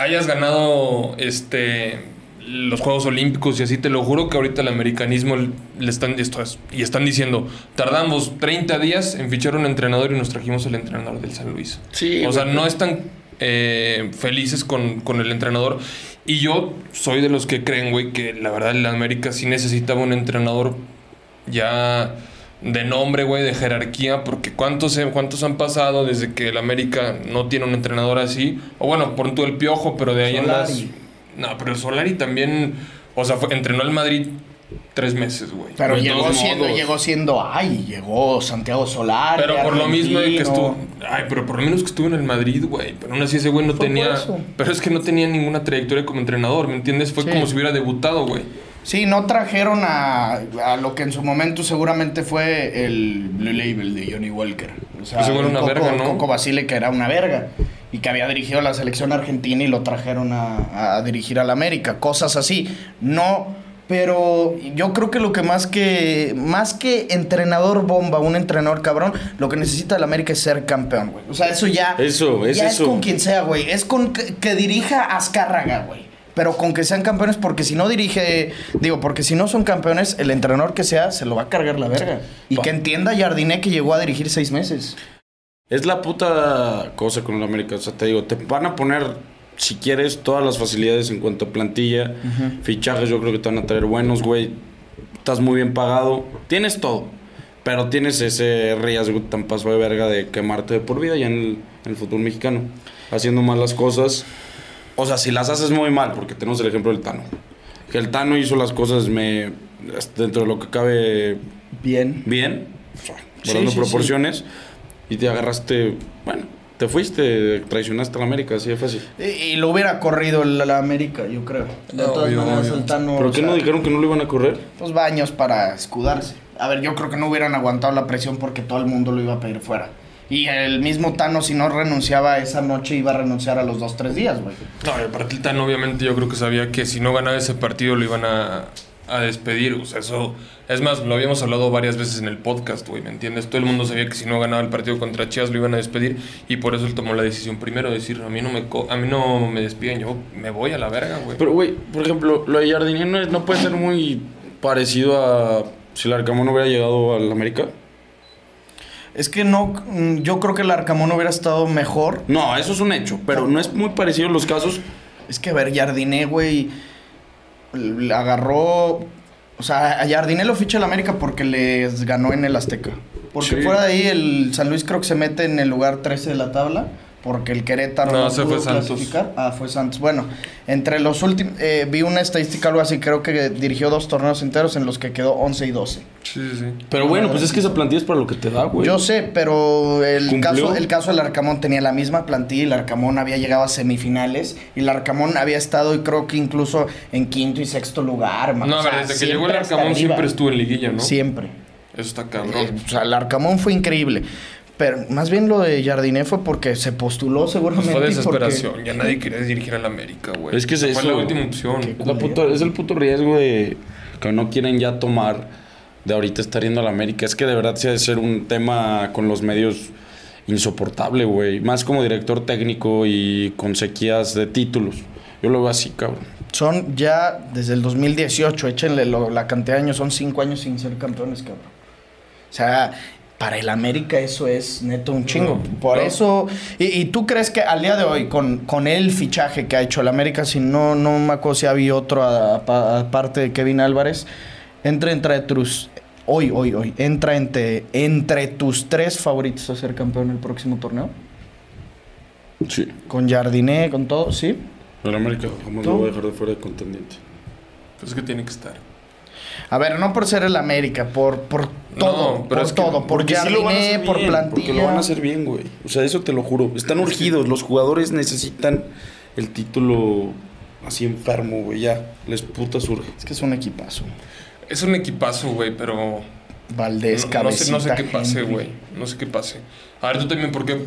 Speaker 3: hayas ganado este los Juegos Olímpicos y así, te lo juro que ahorita el americanismo le están esto es- y están diciendo, tardamos 30 días en fichar un entrenador y nos trajimos el entrenador del San Luis.
Speaker 4: Sí,
Speaker 3: O sea,
Speaker 4: güey.
Speaker 3: no están eh, felices con, con el entrenador. Y yo soy de los que creen, güey, que la verdad el América sí necesitaba un entrenador ya de nombre, güey, de jerarquía, porque ¿cuántos, he- cuántos han pasado desde que el América no tiene un entrenador así? O bueno, por todo el piojo, pero de ahí en las...
Speaker 2: Solari.
Speaker 3: No, pero Solari también, o sea, fue- entrenó al Madrid tres meses, güey.
Speaker 2: Pero
Speaker 4: De
Speaker 2: llegó
Speaker 4: todos
Speaker 2: siendo,
Speaker 4: modos.
Speaker 2: llegó siendo, ay, llegó Santiago Solari.
Speaker 3: Pero por lo mismo de que
Speaker 2: argentino.
Speaker 3: estuvo. Ay, pero por lo menos que estuvo en el Madrid, güey. Pero aún así ese güey no
Speaker 2: Fue por
Speaker 3: tenía.
Speaker 2: eso.
Speaker 3: Pero es que no tenía ninguna trayectoria como entrenador, ¿me entiendes? Fue
Speaker 2: Sí.
Speaker 3: como si hubiera debutado, güey.
Speaker 2: Sí, no trajeron a, a lo que en su momento seguramente fue el Blue Label de Johnny Walker. O sea,
Speaker 3: Pues igual
Speaker 2: el
Speaker 3: una
Speaker 2: Coco,
Speaker 3: verga,
Speaker 2: el
Speaker 3: ¿no?
Speaker 2: Coco Basile, que era una verga. Y que había dirigido a la selección argentina y lo trajeron a, a dirigir al América. Cosas así. No Pero yo creo que lo que más que más que entrenador bomba, un entrenador cabrón, lo que necesita el América es ser campeón, güey. O sea, eso ya
Speaker 4: Eso, es
Speaker 2: ya
Speaker 4: eso.
Speaker 2: con quien sea, güey. Es con que, que dirija Azcárraga, güey. Pero con que sean campeones, porque si no dirige, digo, porque si no son campeones, el entrenador que sea se lo va a cargar la verga. Y que entienda Jardiné que llegó a dirigir seis meses.
Speaker 4: Es la puta cosa con el América. O sea, te digo, te van a poner, si quieres, todas las facilidades en cuanto a plantilla, fichajes. Yo creo que te van a traer buenos, güey. Estás muy bien pagado. Tienes todo. Pero tienes ese riesgo tan paso de verga de quemarte de por vida ya en el, en el fútbol mexicano. Haciendo mal las cosas. O sea, si las haces muy mal, porque tenemos el ejemplo del Tano. Que el Tano hizo las cosas me, dentro de lo que cabe
Speaker 2: Bien.
Speaker 4: bien, o sea,
Speaker 2: Sí,
Speaker 4: guardando
Speaker 2: sí,
Speaker 4: proporciones, y te agarraste, bueno, te fuiste, traicionaste a la América, así de fácil.
Speaker 2: Y, y lo hubiera corrido la, la América, yo creo. De
Speaker 3: Obvio,
Speaker 2: todas maneras,
Speaker 3: obvio.
Speaker 2: el Tano,
Speaker 4: ¿Pero
Speaker 2: o
Speaker 4: qué
Speaker 2: sea,
Speaker 4: no dijeron que no lo iban a correr?
Speaker 2: Pues baños para escudarse. A ver, yo creo que no hubieran aguantado la presión porque todo el mundo lo iba a pedir fuera. Y el mismo Tano, si no renunciaba esa noche, iba a renunciar a los dos, tres días, güey.
Speaker 3: No, y aparte el Tano obviamente yo creo que sabía que si no ganaba ese partido lo iban a, a despedir. O sea, eso... Es más, lo habíamos hablado varias veces en el podcast, güey, ¿me entiendes? Todo el mundo sabía que si no ganaba el partido contra Chivas lo iban a despedir y por eso él tomó la decisión primero de decir, a mí no me, co- a mí no me despiden, yo me voy a la verga, güey.
Speaker 4: Pero, güey, por ejemplo, lo de Jardinier no, es- no puede ser muy parecido a si el Arcamón hubiera llegado al América.
Speaker 2: Es que no, mm, yo creo que el Arcamón hubiera estado mejor.
Speaker 4: No, eso es un hecho, pero no es muy parecido a los casos.
Speaker 2: Es que, a ver, Jardiné, güey, l- agarró... O sea, a Jardiné lo ficha el América porque les ganó en el Azteca. Porque
Speaker 4: Sí.
Speaker 2: fuera de ahí, el San Luis creo que se mete en el lugar 13 de la tabla. Porque el Querétaro
Speaker 3: No,
Speaker 2: no,
Speaker 3: ese
Speaker 2: pudo
Speaker 3: fue Santos.
Speaker 2: clasificar. Ah, fue Santos. Bueno, entre los últimos... eh, vi una estadística, algo así. Creo que dirigió dos torneos enteros en los que quedó 11 y 12.
Speaker 3: Sí, sí, sí.
Speaker 4: Pero bueno, pues es que esa plantilla es para lo que te da, güey.
Speaker 3: Pues,
Speaker 2: Yo sé, pero el
Speaker 4: ¿Cumplió?
Speaker 2: caso, el caso del Arcamón tenía la misma plantilla y el Arcamón había llegado a semifinales y el Arcamón había estado y creo que incluso en quinto y sexto lugar. man.
Speaker 3: No,
Speaker 2: O
Speaker 3: a ver,
Speaker 2: sea,
Speaker 3: desde que
Speaker 2: siempre
Speaker 3: llegó el
Speaker 2: hasta
Speaker 3: Arcamón
Speaker 2: arriba.
Speaker 3: siempre estuvo en liguilla, ¿no?
Speaker 2: Siempre.
Speaker 3: Eso está
Speaker 2: Eh,
Speaker 3: cabrón.
Speaker 2: o sea, el Arcamón fue increíble. Pero más bien lo de Jardiné fue porque se postuló
Speaker 3: Pues
Speaker 2: seguramente.
Speaker 3: fue
Speaker 2: y porque-
Speaker 3: desesperación. Ya nadie quería dirigir al América, güey.
Speaker 4: Es que es
Speaker 3: Esa fue
Speaker 4: eso,
Speaker 3: la
Speaker 4: güey.
Speaker 3: última opción.
Speaker 4: Es, la puta- es el puto riesgo de que no quieren ya tomar de ahorita estar yendo a la América. Es que de verdad sí ha de ser un tema con los medios insoportable, güey. Más como director técnico y con sequías de títulos. Yo lo veo así, cabrón.
Speaker 2: Son ya desde el 2018, échenle lo- la cantidad de años, son cinco años sin ser campeones, cabrón. O sea, para el América eso es neto un chingo.
Speaker 3: No,
Speaker 2: Por
Speaker 3: no.
Speaker 2: eso. Y, y tú crees que al día de hoy, con, con el fichaje que ha hecho el América, si no, no me acuerdo si había otro a- a- aparte de Kevin Álvarez, entra entre tus. Hoy, hoy, hoy. Entra entre, entre tus tres favoritos a ser campeón el próximo torneo.
Speaker 4: Sí.
Speaker 2: Con Jardiné, con todo, ¿sí?
Speaker 4: Pero América jamás
Speaker 2: ¿Tú?
Speaker 4: lo voy a dejar de fuera de contendiente.
Speaker 3: Pues es que tiene que estar.
Speaker 2: A ver, no por ser el América, por, por
Speaker 3: No,
Speaker 2: todo,
Speaker 3: pero
Speaker 2: por
Speaker 3: es que-
Speaker 2: todo, por Jardiné, por plantilla.
Speaker 4: Porque lo van a hacer bien, güey. O sea, eso te lo juro. Están urgidos. Los jugadores necesitan el título así enfermo, güey. Ya, les puta surge.
Speaker 2: Es que es un equipazo.
Speaker 3: Es un equipazo, güey, pero.
Speaker 2: Valdés,
Speaker 3: no, no sé,
Speaker 2: cabecita.
Speaker 3: no sé qué pase,
Speaker 2: Henry.
Speaker 3: güey. No sé qué pase. A ver, tú también, ¿por qué,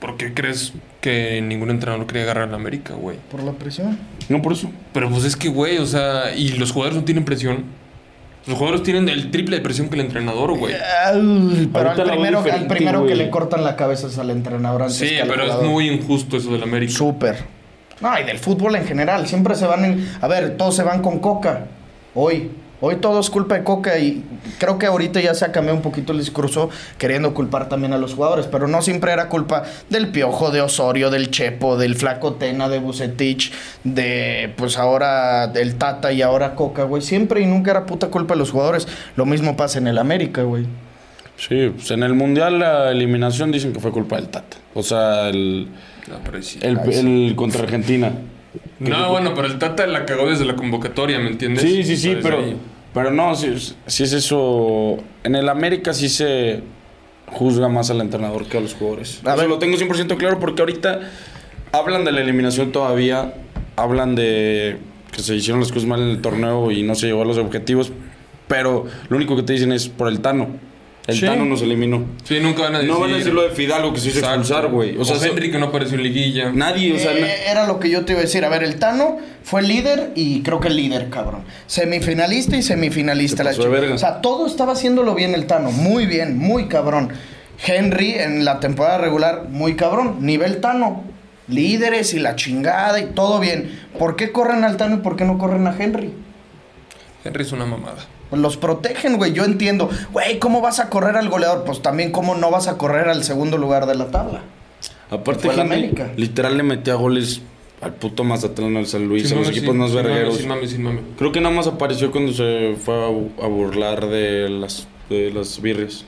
Speaker 3: por qué crees que ningún entrenador quería agarrar al América, güey?
Speaker 2: Por la presión.
Speaker 4: No, por eso.
Speaker 3: Pero pues es que, güey, o sea, y los jugadores no tienen presión. Los jugadores tienen el triple de presión que el entrenador, güey.
Speaker 2: Eh, Ay, pero
Speaker 4: Ahorita la
Speaker 2: al
Speaker 4: veo
Speaker 2: primero, al
Speaker 4: diferente,
Speaker 2: primero que
Speaker 4: güey.
Speaker 2: le cortan la cabeza es al entrenador antes
Speaker 3: Sí,
Speaker 2: que al
Speaker 3: pero es
Speaker 2: jugador.
Speaker 3: muy injusto eso del América.
Speaker 2: Súper. No, y del fútbol en general. Siempre se van en... A ver, todos se van con Coca. Hoy. Hoy todo es culpa de Coca y creo que ahorita ya se ha cambiado un poquito el discurso queriendo culpar también a los jugadores, pero no siempre era culpa del Piojo, de Osorio, del Chepo, del Flaco Tena, de Bucetich, de pues ahora del Tata y ahora Coca, güey. Siempre y nunca era puta culpa de los jugadores. Lo mismo pasa en el América, güey.
Speaker 4: Sí, pues en el Mundial la eliminación dicen que fue culpa del Tata. O sea, el,
Speaker 3: La presión.
Speaker 4: el,
Speaker 2: Ay, sí.
Speaker 4: el contra Argentina.
Speaker 3: No, bueno, pero el Tata la cagó desde la convocatoria, ¿me entiendes?
Speaker 4: Sí, sí, sí,
Speaker 3: Desde
Speaker 4: pero,
Speaker 3: ahí.
Speaker 4: pero no, si, es eso. En el América sí se juzga más al entrenador que a los jugadores.
Speaker 2: A
Speaker 4: A
Speaker 2: ver.
Speaker 4: lo tengo 100% claro porque ahorita hablan de la eliminación todavía, hablan de que se hicieron las cosas mal en el torneo y no se llegó a los objetivos, pero lo único que te dicen es por el Tano. El
Speaker 2: Sí.
Speaker 4: Tano nos eliminó.
Speaker 3: Sí, nunca van a decir.
Speaker 4: No van a decir lo de Fidalgo que se hizo
Speaker 3: Exacto.
Speaker 4: expulsar, güey.
Speaker 3: O,
Speaker 4: O sea, eso-
Speaker 3: Henry que no apareció en liguilla.
Speaker 4: nadie, o sea, na-
Speaker 2: Eh, era lo que yo te iba a decir. A ver, el Tano fue líder y creo que líder, cabrón. Semifinalista y semifinalista.
Speaker 4: Se
Speaker 2: La
Speaker 4: pasó de
Speaker 2: chi-
Speaker 4: verga.
Speaker 2: O sea, todo estaba haciéndolo bien el Tano. Muy bien, muy cabrón. Henry en la temporada regular, muy cabrón. Nivel Tano. Líderes y la chingada y todo bien. ¿Por qué corren al Tano y por qué no corren a Henry?
Speaker 3: Henry es una mamada.
Speaker 2: Pues los protegen, güey. Yo entiendo. Güey, ¿cómo vas a correr al goleador? Pues también, ¿cómo no vas a correr al segundo lugar de la tabla?
Speaker 4: aparte
Speaker 2: Fue la
Speaker 4: Henry,
Speaker 2: América.
Speaker 4: literal le metía goles al puto Mazatlán, al San Luis,
Speaker 3: Sin
Speaker 4: a los
Speaker 3: mame,
Speaker 4: equipos
Speaker 3: sí.
Speaker 4: más
Speaker 3: Sin mame,
Speaker 4: vergueros.
Speaker 3: Sin mame, sin mame.
Speaker 4: Creo que nada más apareció cuando se fue a, bu- a burlar de las, de las birrias.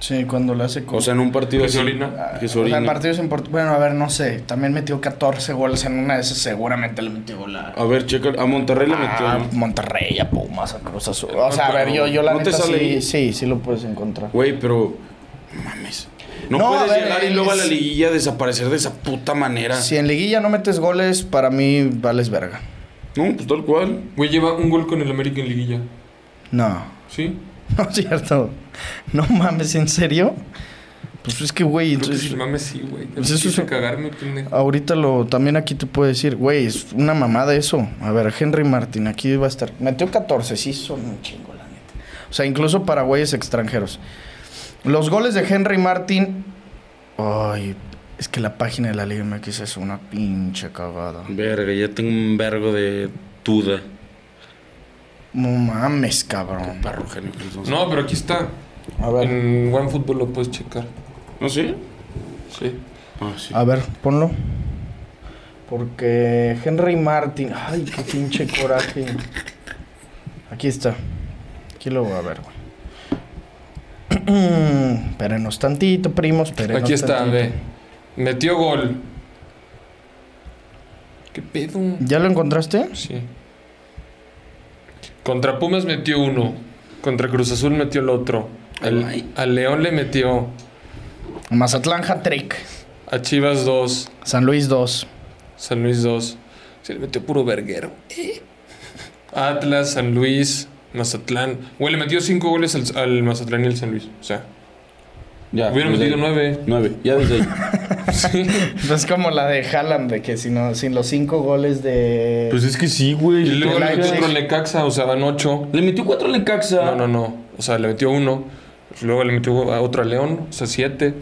Speaker 2: Sí, cuando le hace
Speaker 4: O sea, en un partido
Speaker 3: Que
Speaker 4: así. Ah,
Speaker 3: se orina.
Speaker 4: Que se
Speaker 2: Ah, O sea, en
Speaker 4: orina.
Speaker 2: partidos import- Bueno, a ver, no sé. También metió 14 goles en una de esas. Seguramente le metió gol a,
Speaker 4: A ver, checa. A Monterrey Ah, le metió.
Speaker 2: a
Speaker 4: ¿no?
Speaker 2: Monterrey, a Pumas, a Cruz Azul. O sea, a
Speaker 3: pero-
Speaker 2: ver, yo, yo la
Speaker 4: ¿no te
Speaker 2: neta
Speaker 4: sale
Speaker 2: sí,
Speaker 4: ahí?
Speaker 2: sí, sí lo puedes encontrar.
Speaker 4: Güey, pero. no Mames. No,
Speaker 2: No,
Speaker 4: puedes
Speaker 2: a ver,
Speaker 4: llegar y luego a la
Speaker 2: es-
Speaker 4: liguilla desaparecer de esa puta manera.
Speaker 2: Si en liguilla no metes goles, para mí vales verga.
Speaker 4: No, pues tal cual.
Speaker 3: Güey, lleva un gol con el América en liguilla.
Speaker 2: No.
Speaker 3: ¿Sí?
Speaker 2: No es cierto. No mames, ¿en serio? Pues es que, güey,
Speaker 3: Creo que
Speaker 2: entonces-
Speaker 3: sin mame sí, güey.
Speaker 2: Pues eso
Speaker 3: Quise
Speaker 2: es-
Speaker 3: cagarme,
Speaker 4: Ah,
Speaker 3: pendejo.
Speaker 2: ahorita lo también aquí te puedo decir, güey, es una mamada eso. A ver, Henry Martin, aquí va a estar. Metió 14, sí, son un chingo, la neta. O sea, incluso para güeyes extranjeros. Los goles de Henry Martin. Ay, es que la página de la Liga MX es una pinche cagada.
Speaker 4: Verga, ya tengo un vergo de duda.
Speaker 2: No mames, cabrón.
Speaker 4: Perro genio. que entonces-
Speaker 3: No, pero aquí está.
Speaker 2: A ver,
Speaker 3: En OneFootball lo puedes checar.
Speaker 4: ¿No ¿Ah, sí?
Speaker 3: Sí.
Speaker 4: Ah, sí.
Speaker 2: a ver, ponlo. Porque Henry Martin. Ay, qué pinche coraje. Aquí está. Aquí lo voy a ver, güey. espérenos tantito, primos. Espérenos
Speaker 3: Aquí está,
Speaker 2: tantito.
Speaker 3: ve. Metió gol. ¿Qué pedo?
Speaker 2: ¿Ya lo encontraste?
Speaker 3: Sí. Contra Pumas metió uno. Contra Cruz Azul metió el otro. Al,
Speaker 4: Ay.
Speaker 3: al León le metió.
Speaker 2: Mazatlán hat-trick.
Speaker 3: A Chivas dos.
Speaker 2: San Luis 2.
Speaker 3: San Luis dos. Se le metió puro verguero. Atlas, San Luis, Mazatlán. Güey, le metió cinco goles al, al Mazatlán y al San Luis. O sea,
Speaker 4: Ya.
Speaker 3: hubiera
Speaker 4: desde
Speaker 3: metido
Speaker 4: ahí.
Speaker 3: nueve.
Speaker 4: Nueve. Ya desde ahí.
Speaker 3: Sí.
Speaker 2: Es como la de Haaland, de que sin, sin los cinco goles de.
Speaker 4: pues es que sí, güey.
Speaker 3: Y luego le metió
Speaker 2: Leipzig.
Speaker 3: otro al Necaxa, o sea, van ocho.
Speaker 4: Le metió cuatro al Necaxa.
Speaker 3: No, no, no. O sea, le metió uno. Luego le metió a otro a León, o sea, siete.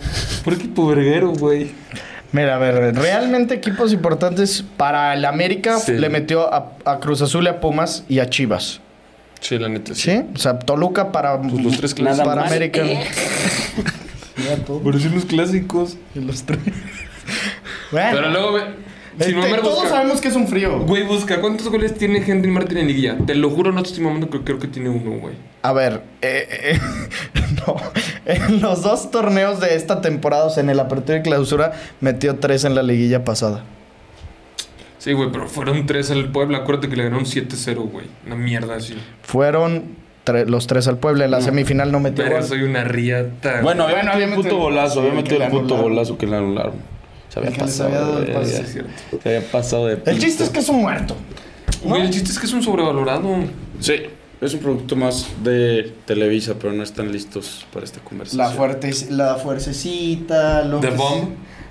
Speaker 3: Por equipo verguero, güey.
Speaker 2: Mira, a ver, realmente equipos importantes para el América
Speaker 3: Sí.
Speaker 2: le metió a, a Cruz Azul, a Pumas y a Chivas.
Speaker 3: Sí, la neta, sí.
Speaker 2: ¿Sí? O sea, Toluca para.
Speaker 3: Pues los tres clásicos.
Speaker 2: para América.
Speaker 3: Por decir los clásicos.
Speaker 2: los tres. Bueno,
Speaker 3: Pero luego, ve-
Speaker 2: este,
Speaker 3: sin mamar,
Speaker 2: todos
Speaker 3: busca.
Speaker 2: sabemos que es un frío.
Speaker 3: Güey, busca. ¿Cuántos goles tiene Henry Martin en Liguilla? Te lo juro, no te estoy mamando, creo, creo que tiene uno, güey.
Speaker 2: A ver, eh, eh, no. En los dos torneos de esta temporada, o sea, en el Apertura y Clausura, metió tres en la liguilla pasada.
Speaker 3: Sí, güey, pero fueron tres al Puebla. Acuérdate que le ganaron 7-0, güey. Una mierda así.
Speaker 2: Fueron tre- los tres al Puebla. En la semifinal no metió.
Speaker 3: Pero
Speaker 2: gol.
Speaker 3: soy una riata.
Speaker 4: Bueno, había
Speaker 2: Bueno,
Speaker 4: metido el
Speaker 2: obviamente-
Speaker 4: puto golazo, había
Speaker 2: sí,
Speaker 4: metido
Speaker 2: que
Speaker 4: el
Speaker 2: le
Speaker 4: puto
Speaker 2: anularon.
Speaker 4: golazo que le anularon. Se había
Speaker 2: Que les
Speaker 4: pasado.
Speaker 2: había dado el
Speaker 4: de
Speaker 2: pase,
Speaker 4: verga.
Speaker 3: es cierto.
Speaker 4: Se había pasado de
Speaker 2: El chiste
Speaker 4: pista.
Speaker 2: es que es un muerto.
Speaker 3: Güey, el chiste es que es un sobrevalorado.
Speaker 4: Sí, es un producto más de Televisa, pero no están listos para esta conversación.
Speaker 2: La, fuerte, la fuertecita. Lo
Speaker 3: Pues, The
Speaker 2: que-
Speaker 3: Bomb.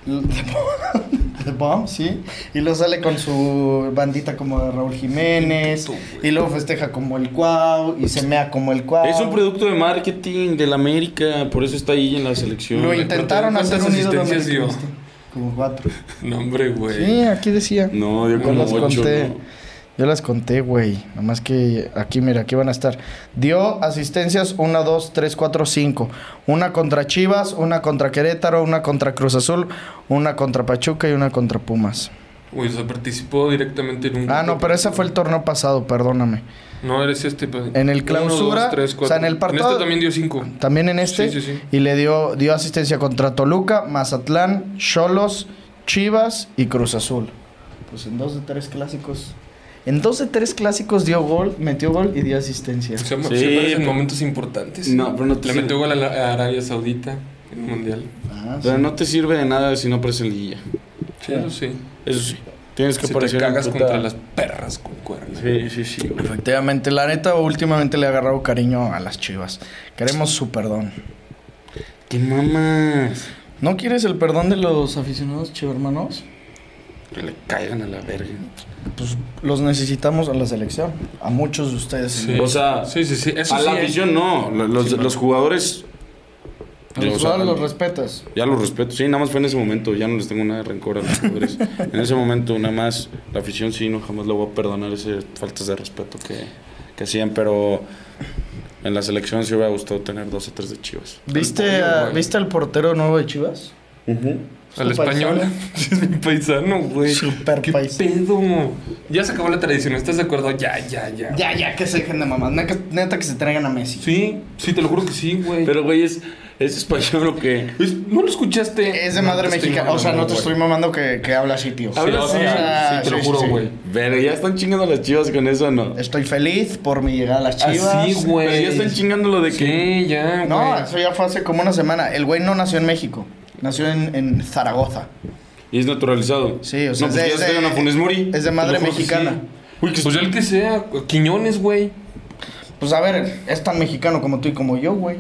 Speaker 2: L- The Bomb. The Bomb, sí. Y luego sale con su bandita como de Raúl Jiménez. Y luego festeja como el cuau. Y se mea como el cuau.
Speaker 4: Es un producto de marketing de la América, por eso está ahí en la selección.
Speaker 2: Lo intentaron
Speaker 3: ¿Cuántas
Speaker 2: hacer un ídolo
Speaker 3: asistencias dio?
Speaker 2: americanista. Como cuatro.
Speaker 3: No, hombre, güey.
Speaker 2: Sí, aquí decía.
Speaker 4: No, yo
Speaker 2: No
Speaker 4: como
Speaker 2: las
Speaker 4: ocho,
Speaker 2: conté.
Speaker 4: ¿no?
Speaker 2: Yo las conté, güey. Nada más que aquí, mira, aquí van a estar. Dio asistencias 1, 2, 3, 4, 5. Una contra Chivas, una contra Querétaro, una contra Cruz Azul, una contra Pachuca y una contra Pumas.
Speaker 3: Güey, o sea, participó directamente en un.
Speaker 2: Ah, no, pero ese fue el torneo pasado, perdóname.
Speaker 3: No, eres este. pa-
Speaker 2: En el
Speaker 3: Uno,
Speaker 2: clausura,
Speaker 3: dos, tres,
Speaker 2: o sea,
Speaker 3: cuatro.
Speaker 2: en el
Speaker 3: En
Speaker 2: apartado-
Speaker 3: este también dio cinco.
Speaker 2: También en este.
Speaker 3: Sí, sí, sí.
Speaker 2: Y le dio, dio asistencia contra Toluca, Mazatlán, Cholos, Chivas y Cruz Azul. Pues en dos de tres clásicos. En dos de tres clásicos dio gol, metió gol y dio asistencia.
Speaker 3: Se,
Speaker 4: Sí,
Speaker 3: aparecen en
Speaker 4: pero-
Speaker 3: momentos importantes.
Speaker 4: No, pero no te
Speaker 3: Le
Speaker 4: sirve.
Speaker 3: metió gol a, la- a Arabia Saudita en el mundial.
Speaker 2: Ah, sí.
Speaker 4: Pero no te sirve de nada si no aparece en liguilla.
Speaker 3: Sí, eso sí.
Speaker 4: Eso sí. Tienes que
Speaker 3: Si te
Speaker 4: aparecer en
Speaker 3: cagas
Speaker 4: puta-
Speaker 3: contra las perras con cuernos.
Speaker 4: Sí, sí, sí. güey.
Speaker 2: Efectivamente, la neta últimamente le ha agarrado cariño a las chivas. Queremos su perdón.
Speaker 4: ¿Qué mamas?
Speaker 2: ¿No quieres el perdón de los aficionados chivermanos?
Speaker 4: Que le caigan a la verga.
Speaker 2: Pues los necesitamos a la selección. A muchos de ustedes.
Speaker 3: Sí.
Speaker 4: O sea,
Speaker 3: Sí, sí, sí. Eso
Speaker 4: a la
Speaker 3: sí, eh.
Speaker 4: afición no. Lo- Los,
Speaker 3: Sí,
Speaker 4: los jugadores
Speaker 2: A los
Speaker 4: Los-
Speaker 2: jugadores los respetas.
Speaker 4: ya los respeto. Sí, nada más fue en ese momento. Ya no les tengo nada de rencor a los jugadores. en ese momento, nada más. La afición sí, no jamás le voy a perdonar esas faltas de respeto que, que hacían. Pero en la selección sí hubiera gustado tener dos o tres de chivas.
Speaker 2: ¿Viste,
Speaker 3: pollo,
Speaker 2: a-
Speaker 3: güey.
Speaker 2: ¿Viste al portero nuevo de Chivas?
Speaker 3: Al
Speaker 2: Su paisano.
Speaker 3: español. es mi paisano, güey.
Speaker 2: Super
Speaker 3: ¿Qué
Speaker 2: paisano.
Speaker 3: pedo? Ya se acabó la tradición, ¿estás de acuerdo? Ya, ya, ya.
Speaker 2: Ya, ya, que se dejen de mamás. Neta, neta que se traigan a Messi.
Speaker 3: Sí, sí, te lo juro que sí, güey.
Speaker 4: Pero, güey, es, es español lo que.
Speaker 3: Es- ¿No lo escuchaste?
Speaker 2: Es de madre
Speaker 3: No, te estoy
Speaker 2: mexicana. O sea, no
Speaker 3: mamando,
Speaker 2: te
Speaker 3: güey.
Speaker 2: estoy mamando que, que habla así, tío.
Speaker 3: Sí,
Speaker 4: Habla
Speaker 3: no,
Speaker 4: así.
Speaker 3: sí,
Speaker 2: Ah,
Speaker 3: sí, te lo
Speaker 2: sí,
Speaker 3: juro,
Speaker 2: sí, sí.
Speaker 3: güey.
Speaker 4: Pero ya están chingando a las chivas con eso, ¿no?
Speaker 2: Estoy feliz por mi llegada a las
Speaker 3: Así,
Speaker 2: Chivas.
Speaker 3: güey.
Speaker 4: Pero
Speaker 2: Pues,
Speaker 4: ya están chingando lo de que.
Speaker 3: Sí, ya, güey.
Speaker 2: No, eso ya fue hace como una semana. El güey no nació en México. Nació en, en Zaragoza.
Speaker 4: Y es naturalizado.
Speaker 2: Sí, o sea, es
Speaker 4: no, pues
Speaker 2: de-
Speaker 4: que
Speaker 2: es
Speaker 4: ya se
Speaker 2: de-
Speaker 4: traigan a Funes Mori.
Speaker 2: es de madre
Speaker 4: Te lo juro que
Speaker 2: mexicana.
Speaker 4: sí.
Speaker 3: Uy, que pues ya el que sea, Quiñones, güey.
Speaker 2: Pues a ver, es tan mexicano como tú y como yo, güey.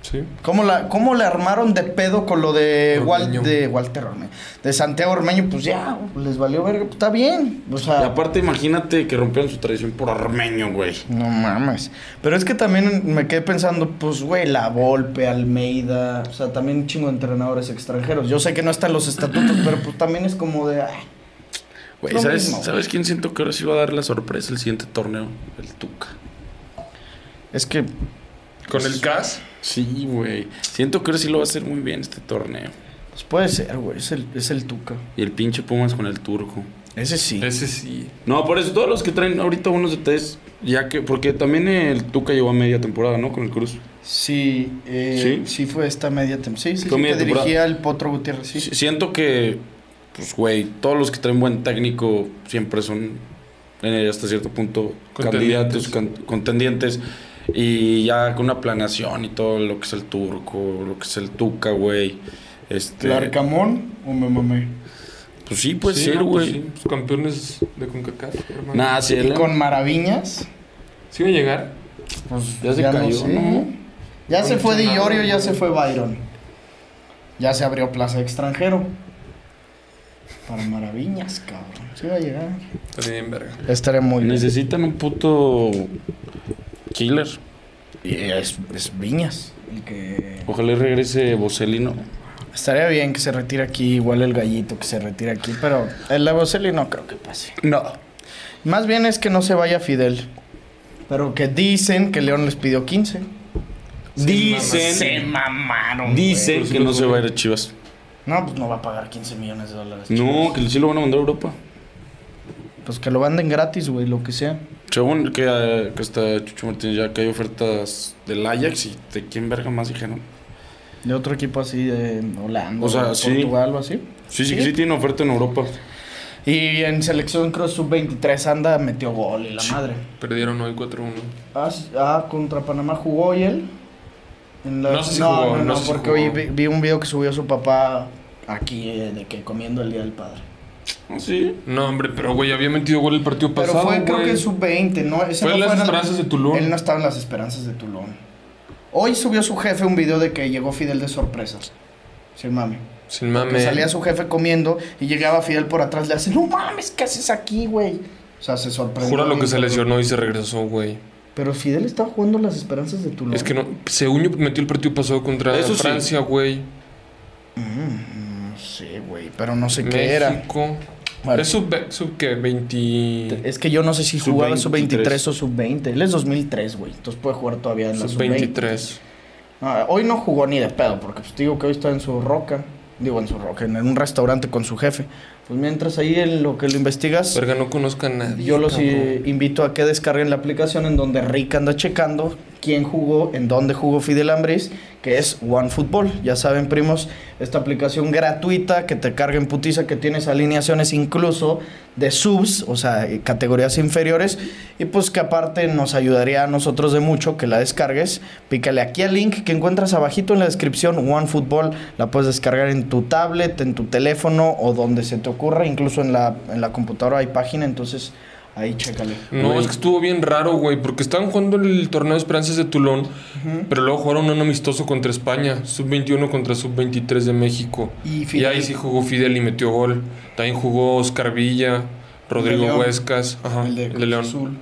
Speaker 3: Sí.
Speaker 2: ¿Cómo la, cómo la armaron de pedo con lo de, Wal-
Speaker 3: Ormeño.
Speaker 2: de Walter Ormeño? De Santiago Ormeño, pues ya, les valió verga. Pues está bien. O sea,
Speaker 4: Y aparte, imagínate que rompieron su tradición por armenio, güey.
Speaker 2: no mames. Pero es que también me quedé pensando, pues, güey, la Volpe, Almeida. O sea, también un chingo de entrenadores extranjeros. Yo sé que no están los estatutos, pero pues también es como de. ay,
Speaker 4: Güey,
Speaker 2: Lo
Speaker 4: ¿sabes,
Speaker 2: mismo, güey.
Speaker 4: ¿sabes quién siento que ahora sí va a dar la sorpresa el siguiente torneo? El Tuca.
Speaker 2: es que.
Speaker 3: Con el CAS.
Speaker 4: Sí, güey. Siento que ahora sí lo va a hacer muy bien este torneo.
Speaker 2: Pues puede ser, güey. Es el, es el Tuca.
Speaker 4: Y el pinche Pumas con el turco.
Speaker 2: Ese sí.
Speaker 3: Ese sí.
Speaker 4: No, por eso todos los que traen ahorita unos de test, ya que. Porque también el Tuca llegó a media temporada, ¿no? Con el Cruz.
Speaker 2: Sí, eh, ¿Sí?
Speaker 4: ¿Sí?
Speaker 2: fue esta media temporada. Sí, sí, sí,
Speaker 4: Fue media
Speaker 2: que
Speaker 4: temporada.
Speaker 2: dirigía el Potro Gutiérrez, sí.
Speaker 4: Si- Siento que, pues, güey, todos los que traen buen técnico siempre son, eh, hasta cierto punto,
Speaker 3: Contendientes.
Speaker 4: candidatos, can- contendientes. Y ya con una planeación y todo lo que es el turco, lo que es el tuca, güey. Este,
Speaker 2: ¿Larcamón o oh, me mamé?
Speaker 4: Pues sí, puede
Speaker 3: Sí,
Speaker 4: ser,
Speaker 3: no, pues
Speaker 4: güey.
Speaker 3: sí, pues campeones de CONCACAF, hermano.
Speaker 4: Nah, sí,
Speaker 2: ¿Y
Speaker 4: él-
Speaker 2: con Maraviñas?
Speaker 3: ¿Sí va a llegar?
Speaker 2: Pues
Speaker 4: Ya se cayó, ¿no?
Speaker 2: Ya se fue Di
Speaker 3: Pinche madre,
Speaker 2: Llorio, ya
Speaker 3: güey.
Speaker 2: se fue Byron. Ya se abrió Plaza Extranjero. Para Maraviñas, cabrón. Sí va a llegar.
Speaker 3: Está bien, verga.
Speaker 2: Estaré muy bien.
Speaker 4: necesitan un puto killer.
Speaker 2: Y Es, es Viñas. El que...
Speaker 4: Ojalá y regrese Bocelino.
Speaker 2: Estaría bien que se retire aquí, igual el gallito que se retire aquí, pero el Lavoseli no creo que pase.
Speaker 4: No.
Speaker 2: Más bien es que no se vaya Fidel. Pero que dicen que León les pidió 15.
Speaker 4: Dicen-
Speaker 2: Se mamaron.
Speaker 4: Dicen
Speaker 3: Pero sí
Speaker 4: que
Speaker 3: lo
Speaker 4: no se va a
Speaker 3: jugué.
Speaker 4: ir a Chivas.
Speaker 2: güey. No, pues no va a pagar 15 millones de dólares.
Speaker 4: No,
Speaker 2: chicos.
Speaker 4: que sí lo van a mandar a Europa.
Speaker 2: Pues que lo venden gratis, güey, lo que sea.
Speaker 4: Según que, eh, que hasta Chucho Martínez ya que hay ofertas del Ajax y de quién verga más dijeron.
Speaker 2: De otro equipo así de Holanda,
Speaker 4: O sea,
Speaker 2: de
Speaker 4: sí.
Speaker 2: Portugal o así.
Speaker 4: Sí, sí,
Speaker 2: Sí.
Speaker 4: sí, tiene oferta en Europa.
Speaker 2: Y en selección Cross Sub-23 anda, metió gol y la madre.
Speaker 3: Perdieron hoy 4-1.
Speaker 2: Ah, s- ah, contra Panamá jugó hoy él. En la-
Speaker 3: No sé si jugó,
Speaker 2: no,
Speaker 3: no sé si
Speaker 2: porque
Speaker 3: jugó.
Speaker 2: hoy vi, vi un video que subió su papá aquí eh, de que comiendo el Día del Padre.
Speaker 4: Ah, sí.
Speaker 3: No, hombre, pero güey, había metido gol el partido
Speaker 2: Pero
Speaker 3: pasado,
Speaker 2: fue creo
Speaker 3: güey.
Speaker 2: que sub-20, ¿no? Ese
Speaker 3: Fue
Speaker 2: no
Speaker 3: en las
Speaker 2: en el-
Speaker 3: esperanzas de Tulum.
Speaker 2: Él no estaba en las esperanzas de Tulón. Hoy subió su jefe un video de que llegó Fidel de sorpresa. Sí, mami.
Speaker 3: Sin
Speaker 2: Que
Speaker 3: mames.
Speaker 2: salía su jefe comiendo y llegaba Fidel por atrás. Le hace, no mames, ¿qué haces aquí, güey? O sea, se sorprendió.
Speaker 3: Jura lo que se
Speaker 2: Pero-
Speaker 3: lesionó y se regresó, güey.
Speaker 2: Pero Fidel estaba jugando las esperanzas de Tulón.
Speaker 3: Es que no, según yo metió el partido pasado contra
Speaker 4: Eso sí.
Speaker 3: Francia, güey.
Speaker 2: Mm, no sé, güey. Pero no sé qué era.
Speaker 3: México.
Speaker 2: Vale.
Speaker 3: Es sub, sub que 20.
Speaker 2: Es que yo no sé si
Speaker 4: Sub
Speaker 2: jugaba
Speaker 4: 23.
Speaker 2: sub-23 o sub-20. Él es 2003, güey. Entonces puede jugar todavía en la
Speaker 3: Sub
Speaker 2: sub-23.
Speaker 3: 23.
Speaker 2: Ah, hoy no jugó ni de pedo, porque pues, te digo que hoy está en su roca. Digo, en su roca, en un restaurante con su jefe. Pues mientras ahí en lo que lo investigas,
Speaker 3: Verga, no conozco a nadie.
Speaker 2: yo los eh,
Speaker 3: cabrón.
Speaker 2: invito a que descarguen la aplicación en donde Rick anda checando quién jugó, en dónde jugó Fidel Ambris, que es OneFootball. Ya saben, primos, esta aplicación gratuita que te carga en putiza, que tienes alineaciones incluso de subs, o sea, eh, categorías inferiores. Y pues que aparte nos ayudaría a nosotros de mucho que la descargues. Pícale aquí al link que encuentras abajito en la descripción, OneFootball. La puedes descargar en tu tablet, en tu teléfono o donde se te ocurra. Incluso en la, en la computadora hay página, entonces Ahí chécale.
Speaker 3: No, es que estuvo bien raro, güey, porque estaban jugando el torneo de Esperanzas de Tulón, pero luego jugaron un amistoso contra España, sub-21 contra sub-23 de México.
Speaker 2: Y
Speaker 3: Y,
Speaker 2: Fidel.
Speaker 3: ahí sí jugó Fidel y metió gol. También jugó Oscar Villa,
Speaker 2: De
Speaker 3: Rodrigo
Speaker 2: León.
Speaker 3: Huescas, ajá,
Speaker 2: el de,
Speaker 3: el
Speaker 2: Cruz
Speaker 3: de León.
Speaker 2: Azul.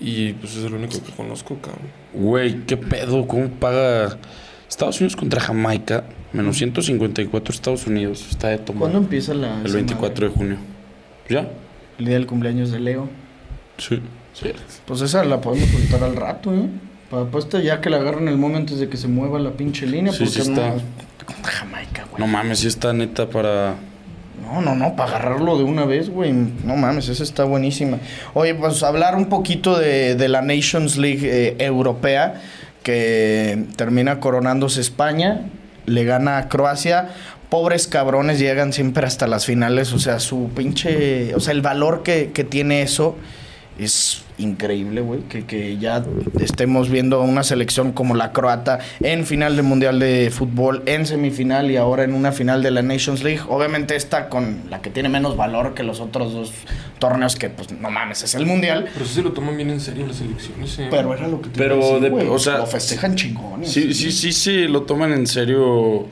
Speaker 3: Y pues es el único que conozco, cabrón.
Speaker 4: Güey, qué pedo, cómo paga Estados Unidos contra Jamaica, menos 154 Estados Unidos, está de tomar.
Speaker 2: ¿Cuándo empieza la.?
Speaker 4: El 24 de junio. ¿Ya?
Speaker 2: El día del cumpleaños de Leo.
Speaker 4: Sí.
Speaker 2: Pues esa la podemos soltar al rato, ¿eh? Pa- Apuesta ya que la agarren el momento antes de que se mueva la pinche línea.
Speaker 4: Sí, sí
Speaker 2: porque no-
Speaker 4: está.
Speaker 2: Jamaica, güey.
Speaker 4: No mames, sí está neta para...
Speaker 2: No, no, no, para agarrarlo de una vez, güey. No mames, esa está buenísima. Oye, pues hablar un poquito de, de la Nations League eh, europea que termina coronándose España, le gana a Croacia. Pobres cabrones llegan siempre hasta las finales, o sea, su pinche, o sea, el valor que, que tiene eso es increíble, güey, que, que ya estemos viendo a una selección como la croata en final del Mundial de Fútbol, en semifinal y ahora en una final de la Nations League. Obviamente esta con la que tiene menos valor que los otros dos torneos que, pues, no mames, es el Mundial.
Speaker 3: Pero sí se lo toman bien en serio las elecciones, ¿eh?
Speaker 2: Pero era lo que te
Speaker 4: Pero
Speaker 2: iba a decir,
Speaker 4: de-
Speaker 2: güey,
Speaker 4: o sea,
Speaker 2: lo festejan chingones.
Speaker 4: Sí, sí, sí, sí, lo toman en serio,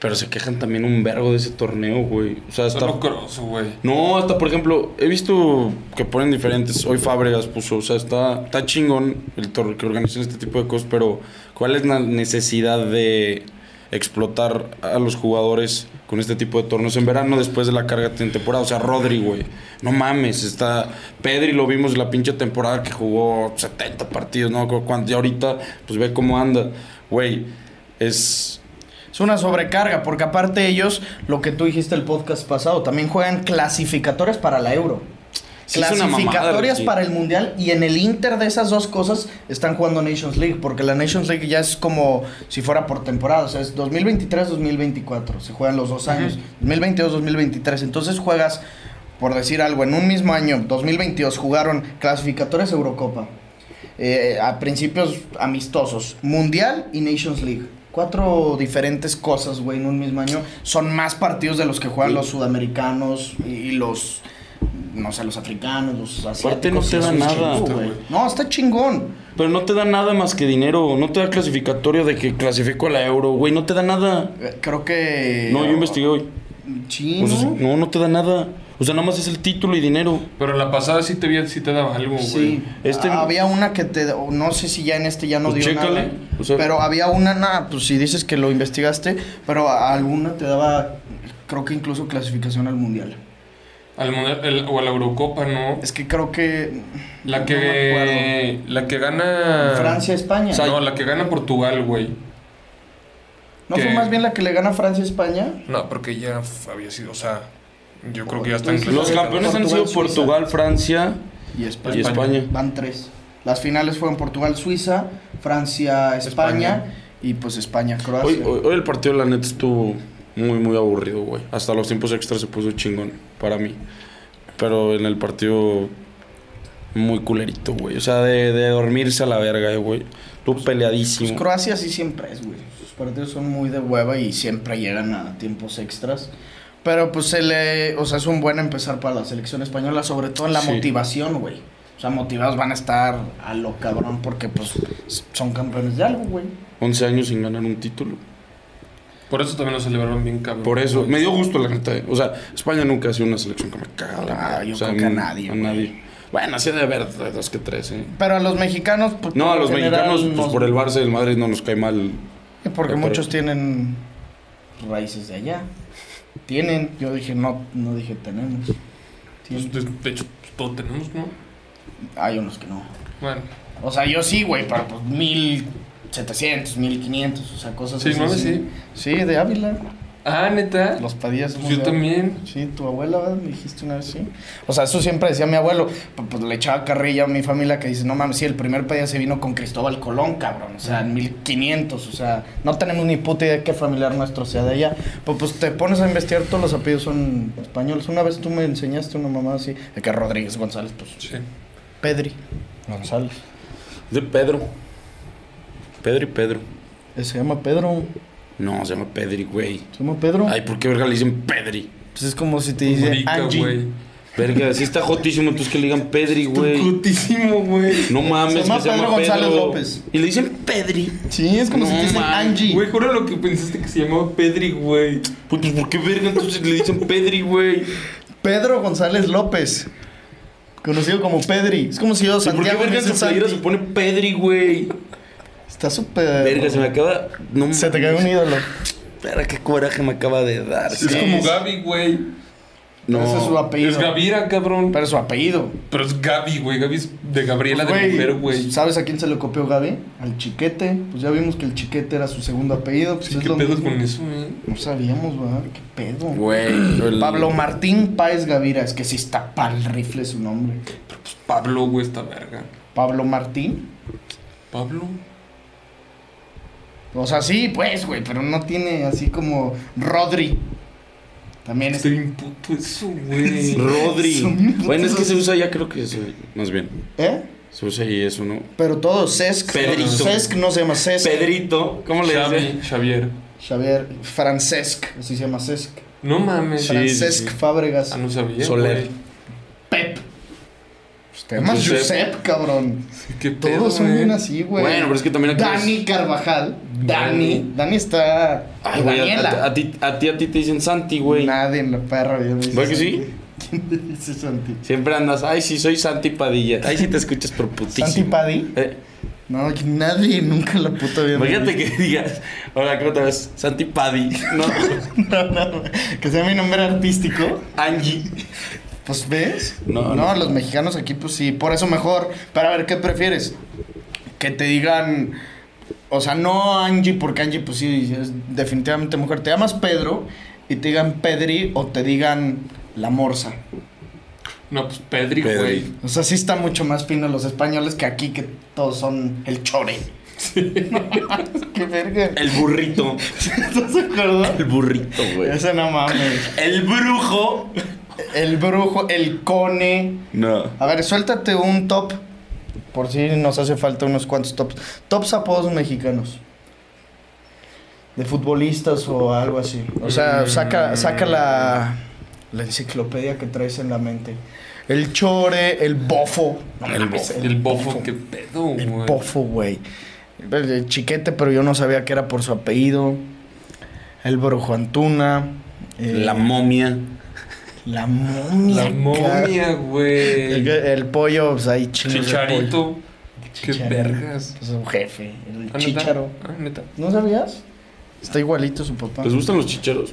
Speaker 4: pero se quejan también un vergo de ese torneo, güey. O sea, hasta...
Speaker 3: Solo Cross, güey.
Speaker 4: No, hasta por ejemplo, he visto que ponen diferentes. Hoy Fábregas puso, o sea, está, está chingón el tor- que organizan este tipo de cosas, pero ¿cuál es la necesidad de explotar a los jugadores con este tipo de torneos en verano después de la carga de temporada? O sea, Rodri, güey, no mames, está. Pedri lo vimos la pinche temporada que jugó 70 partidos, ¿no? Cuando, y ahorita, pues ve cómo anda, güey, es.
Speaker 2: Es una sobrecarga, porque aparte ellos, lo que tú dijiste el podcast pasado, también juegan clasificatorias para la Euro.
Speaker 4: Sí, es una mamada,
Speaker 2: clasificatorias
Speaker 4: Ricky.
Speaker 2: para el Mundial y en el Inter de esas dos cosas están jugando Nations League, porque la Nations League ya es como si fuera por temporada, o sea, es 2023-2024, se juegan los dos años, 2022-2023, entonces juegas, por decir algo, en un mismo año, 2022 jugaron clasificatorias Eurocopa, eh, a principios amistosos, Mundial y Nations League. Cuatro diferentes cosas, güey, en un mismo año. Son más partidos de los que juegan los sudamericanos y, y los, no sé, los africanos, los asiáticos.
Speaker 4: Aparte no te
Speaker 2: y
Speaker 4: da
Speaker 2: esos
Speaker 4: nada.
Speaker 2: chingos, güey. No, está chingón.
Speaker 4: Pero no te da nada más que dinero, no te da clasificatorio de que clasifico a la euro, güey, no te da nada.
Speaker 2: Eh, Creo que...
Speaker 4: No, yo investigué Pues hoy.
Speaker 2: Sí,
Speaker 4: O sea,
Speaker 2: ¿no?
Speaker 4: no, no te da nada. O sea, nada más es el título y dinero.
Speaker 3: Pero la pasada sí te, vi- sí te daba algo, güey.
Speaker 2: Sí. Ah,
Speaker 4: Este-
Speaker 2: Había una que te... o No sé si ya en este ya no
Speaker 4: Pues
Speaker 2: dio
Speaker 4: chécale,
Speaker 2: nada.
Speaker 4: o sea-
Speaker 2: pero había una, nada, pues si dices que lo investigaste, pero a- alguna te daba, creo que incluso clasificación al Mundial.
Speaker 3: Al mundial- el- o a la Eurocopa, ¿no?
Speaker 2: Es que creo que.
Speaker 3: La
Speaker 2: no me
Speaker 3: que. la que gana.
Speaker 2: acuerdo. Francia, España.
Speaker 3: no, la que gana Portugal, güey.
Speaker 2: ¿No fue
Speaker 3: que-
Speaker 2: más bien la que le gana Francia, España?
Speaker 3: No, porque ya f- había sido, o sea, yo creo que ya están
Speaker 4: Los
Speaker 2: Pues Portugal,
Speaker 4: campeones han sido
Speaker 2: Suiza.
Speaker 4: Portugal, Francia
Speaker 2: Y
Speaker 4: y
Speaker 2: España.
Speaker 4: España.
Speaker 2: Van tres. Las finales fueron Portugal, Suiza, Francia, España,
Speaker 3: España.
Speaker 2: y pues España, Croacia.
Speaker 4: Hoy, hoy- hoy el partido, la neta, estuvo muy, muy aburrido, güey. Hasta los tiempos extras se puso chingón para mí. Pero en el partido, muy culerito, güey. O sea, de, de dormirse a la verga, eh, güey. Tú
Speaker 2: Pues
Speaker 4: peleadísimo.
Speaker 2: Croacia sí siempre es, güey. Sus partidos son muy de hueva y siempre llegan a tiempos extras. Pero pues se le, o sea, es un buen empezar para la selección española, sobre todo en la
Speaker 4: Sí.
Speaker 2: motivación, güey. O sea, motivados van a estar a lo cabrón porque pues son campeones de algo, güey.
Speaker 4: 11 años sin ganar un título.
Speaker 3: Por eso también lo celebraron bien cabrón.
Speaker 4: Por eso, me dio gusto la neta. eh. O sea, España nunca ha sido una selección que me caga. la
Speaker 2: Ah,
Speaker 4: neta.
Speaker 2: yo
Speaker 4: O sea,
Speaker 2: creo que a
Speaker 4: n-
Speaker 2: nadie,
Speaker 4: A
Speaker 2: güey.
Speaker 4: nadie. Bueno, sí de haber dos que tres, ¿eh?
Speaker 2: Pero a los mexicanos, pues,
Speaker 4: No, a
Speaker 2: por
Speaker 4: los
Speaker 2: lo general,
Speaker 4: mexicanos, pues
Speaker 2: nos-
Speaker 4: por el Barça y el Madrid no nos cae mal.
Speaker 2: Eh, Porque
Speaker 4: Pero-
Speaker 2: muchos tienen raíces de allá. Tienen, yo dije no, no dije tenemos.
Speaker 3: Pues,
Speaker 2: Tienen.
Speaker 3: de, de hecho, pues, todo tenemos, ¿no?
Speaker 2: Hay unos que no.
Speaker 3: Bueno,
Speaker 2: O sea, yo sí, güey, para pues 1700, 1500, o sea, cosas
Speaker 3: sí,
Speaker 2: así.
Speaker 3: mames,
Speaker 2: sí.
Speaker 3: sí.
Speaker 2: Sí, de Ávila.
Speaker 3: Ah, neta. Pues
Speaker 2: Los padillas. somos
Speaker 3: yo
Speaker 2: de Ávila.
Speaker 3: también.
Speaker 2: Sí, tu abuela, ¿verdad? Me dijiste una vez, sí. O sea, eso siempre decía mi abuelo. Pues, pues, le echaba carrilla a mi familia que dice, no mames, sí, el primer pedía se vino con Cristóbal Colón, cabrón. O sea, en 1500. O sea, no tenemos ni puta idea de qué familiar nuestro sea de allá. Pues, pues te pones a investigar, todos los apellidos son españoles. Una vez tú me enseñaste una mamá así, de que Rodríguez González, pues
Speaker 3: Sí.
Speaker 2: Pedri González.
Speaker 4: De Pedro. Pedro y Pedro.
Speaker 2: Eh, Se llama Pedro,
Speaker 4: No, se llama Pedri, güey.
Speaker 2: se llama Pedro.
Speaker 4: Ay, ¿por qué verga le dicen Pedri?
Speaker 2: Pues es como si te
Speaker 3: Pues,
Speaker 2: dice
Speaker 3: Murica,
Speaker 2: Angie.
Speaker 3: güey.
Speaker 4: Verga, sí está jotísimo, entonces que le digan Pedri, güey.
Speaker 3: Putísimo, güey.
Speaker 4: No mames,
Speaker 2: Se llama
Speaker 4: que se
Speaker 2: Pedro
Speaker 4: llama
Speaker 2: González
Speaker 4: Pedro.
Speaker 2: López.
Speaker 4: Y le dicen Pedri.
Speaker 2: Sí, es como
Speaker 4: No
Speaker 2: si te dicen
Speaker 4: mames,
Speaker 2: Angie.
Speaker 3: Güey, juro lo que pensaste que se llamaba Pedri, güey.
Speaker 4: Pues, pues, ¿por qué verga entonces le dicen Pedri, güey?
Speaker 2: Pedro González López. Conocido como Pedri. Es como si yo
Speaker 4: O sea, ¿Por qué
Speaker 2: Santiago me
Speaker 4: verga en
Speaker 2: dice
Speaker 4: su playera se
Speaker 2: Santi.
Speaker 4: pone Pedri, güey?
Speaker 2: Está súper.
Speaker 4: Verga, se me acaba. No
Speaker 2: Se te cae un ídolo.
Speaker 4: Verga, qué coraje me acaba de dar.
Speaker 3: Es
Speaker 4: cabrón.
Speaker 3: como Gaby, güey.
Speaker 4: No.
Speaker 2: Ese es su apellido.
Speaker 3: Es Gavira, cabrón.
Speaker 2: Pero es su apellido. pues,
Speaker 3: Pero es Gaby, güey. Gaby es de Gabriela de
Speaker 2: Güey,
Speaker 3: mujer, güey.
Speaker 2: ¿Sabes a quién se lo copió Gaby? Al chiquete. Pues ya vimos que el chiquete era su segundo apellido. Pues
Speaker 3: Sí,
Speaker 2: es
Speaker 3: ¿Qué
Speaker 2: lo
Speaker 3: pedo
Speaker 2: mismo.
Speaker 3: con eso, eh. güey?
Speaker 2: No sabíamos, ¿verdad? ¿Qué pedo?
Speaker 4: Güey. el-
Speaker 2: Pablo Martín Páez Gavira. Es que sí está pa'l rifle su nombre.
Speaker 3: Pues Pablo, güey, esta verga.
Speaker 2: Pablo Martín.
Speaker 3: Pablo.
Speaker 2: O sea, sí, pues, güey, pero no tiene así como Rodri. También es.
Speaker 3: Estoy bien puto eso, güey.
Speaker 4: Rodri.
Speaker 2: Son bien putos.
Speaker 4: Bueno, es que se usa ya, creo que se. Más bien.
Speaker 2: ¿Eh?
Speaker 4: Se usa ahí eso, ¿no?
Speaker 2: Pero todo, Cesc.
Speaker 4: Pedrito.
Speaker 2: Cesc no se llama Cesc.
Speaker 4: Pedrito. ¿Cómo le
Speaker 3: Xavi,
Speaker 4: dicen?
Speaker 3: Xavier.
Speaker 2: Xavier, Francesc, así se llama Cesc.
Speaker 3: No mames.
Speaker 4: Sí.
Speaker 2: Francesc Fábregas.
Speaker 3: Ah, no sabía.
Speaker 4: Soler.
Speaker 3: güey.
Speaker 2: Pep. Pues te llamas
Speaker 4: Josep.
Speaker 2: Josep, cabrón.
Speaker 3: Qué pedo, eh?
Speaker 2: Todos son
Speaker 3: güey?
Speaker 2: bien así, güey.
Speaker 4: Bueno, pero es que también aquí
Speaker 2: Dani
Speaker 4: es-
Speaker 2: Carvajal. Dani. Dani está.
Speaker 4: Ay, güey, a,
Speaker 2: Daniela.
Speaker 4: a- a ti, a ti a ti te dicen Santi, güey.
Speaker 2: Nadie en la perra. ya me dice
Speaker 4: ¿Verdad que sí?
Speaker 2: Santi. ¿Quién te dice Santi?
Speaker 4: Siempre andas, ay, sí, soy Santi Padilla. Ay, sí te escuchas por putísimo.
Speaker 2: ¿Santi Paddy?
Speaker 4: Eh,
Speaker 2: No, aquí nadie nunca en la puta vida. me
Speaker 4: imagínate
Speaker 2: dice.
Speaker 4: que digas, hola, ¿cómo te ves? Santi Paddy. No,
Speaker 2: No, no, que sea mi nombre artístico.
Speaker 4: Angie.
Speaker 2: Pues ves. no,
Speaker 4: No, no.
Speaker 2: los mexicanos aquí, pues sí, por eso mejor. Pero a ver, ¿qué prefieres? Que te digan. O sea, no Angie, porque Angie, pues sí, es definitivamente mujer. Te llamas Pedro y te digan Pedri o te digan la morsa.
Speaker 3: No, pues Pedri,
Speaker 4: Pedri.
Speaker 3: güey.
Speaker 2: O sea, sí está mucho más fino los españoles que aquí, que todos son el chore. Qué verga.
Speaker 4: El burrito.
Speaker 2: ¿Estás de acuerdo?
Speaker 4: El burrito, güey.
Speaker 2: Ese no mames.
Speaker 4: El brujo.
Speaker 2: El brujo, el cone.
Speaker 4: No.
Speaker 2: A ver, suéltate un top. Por si nos hace falta unos cuantos tops. Tops apodos mexicanos. De futbolistas o algo así. O sea, saca, saca la, la enciclopedia que traes en la mente. El chore, el bofo. No
Speaker 4: El
Speaker 2: mames,
Speaker 4: bofo.
Speaker 3: Ah, El bofo, qué pedo,
Speaker 2: El
Speaker 3: güey.
Speaker 2: bofo, güey. El Chiquete, pero yo no sabía que era por su apellido. El brujo Antuna. eh,
Speaker 4: La momia.
Speaker 2: la momia.
Speaker 3: La momia,
Speaker 2: El,
Speaker 3: güey.
Speaker 2: el pollo, pues ahí chingos de pollo.
Speaker 3: Chicharito. Qué
Speaker 2: Chicharo.
Speaker 3: vergas.
Speaker 2: Pues un jefe, el
Speaker 3: Ah, ¿neta?
Speaker 2: chicharo.
Speaker 3: Ah, neta.
Speaker 2: ¿No sabías? Está igualito su papá.
Speaker 4: ¿Les gustan los chicheros?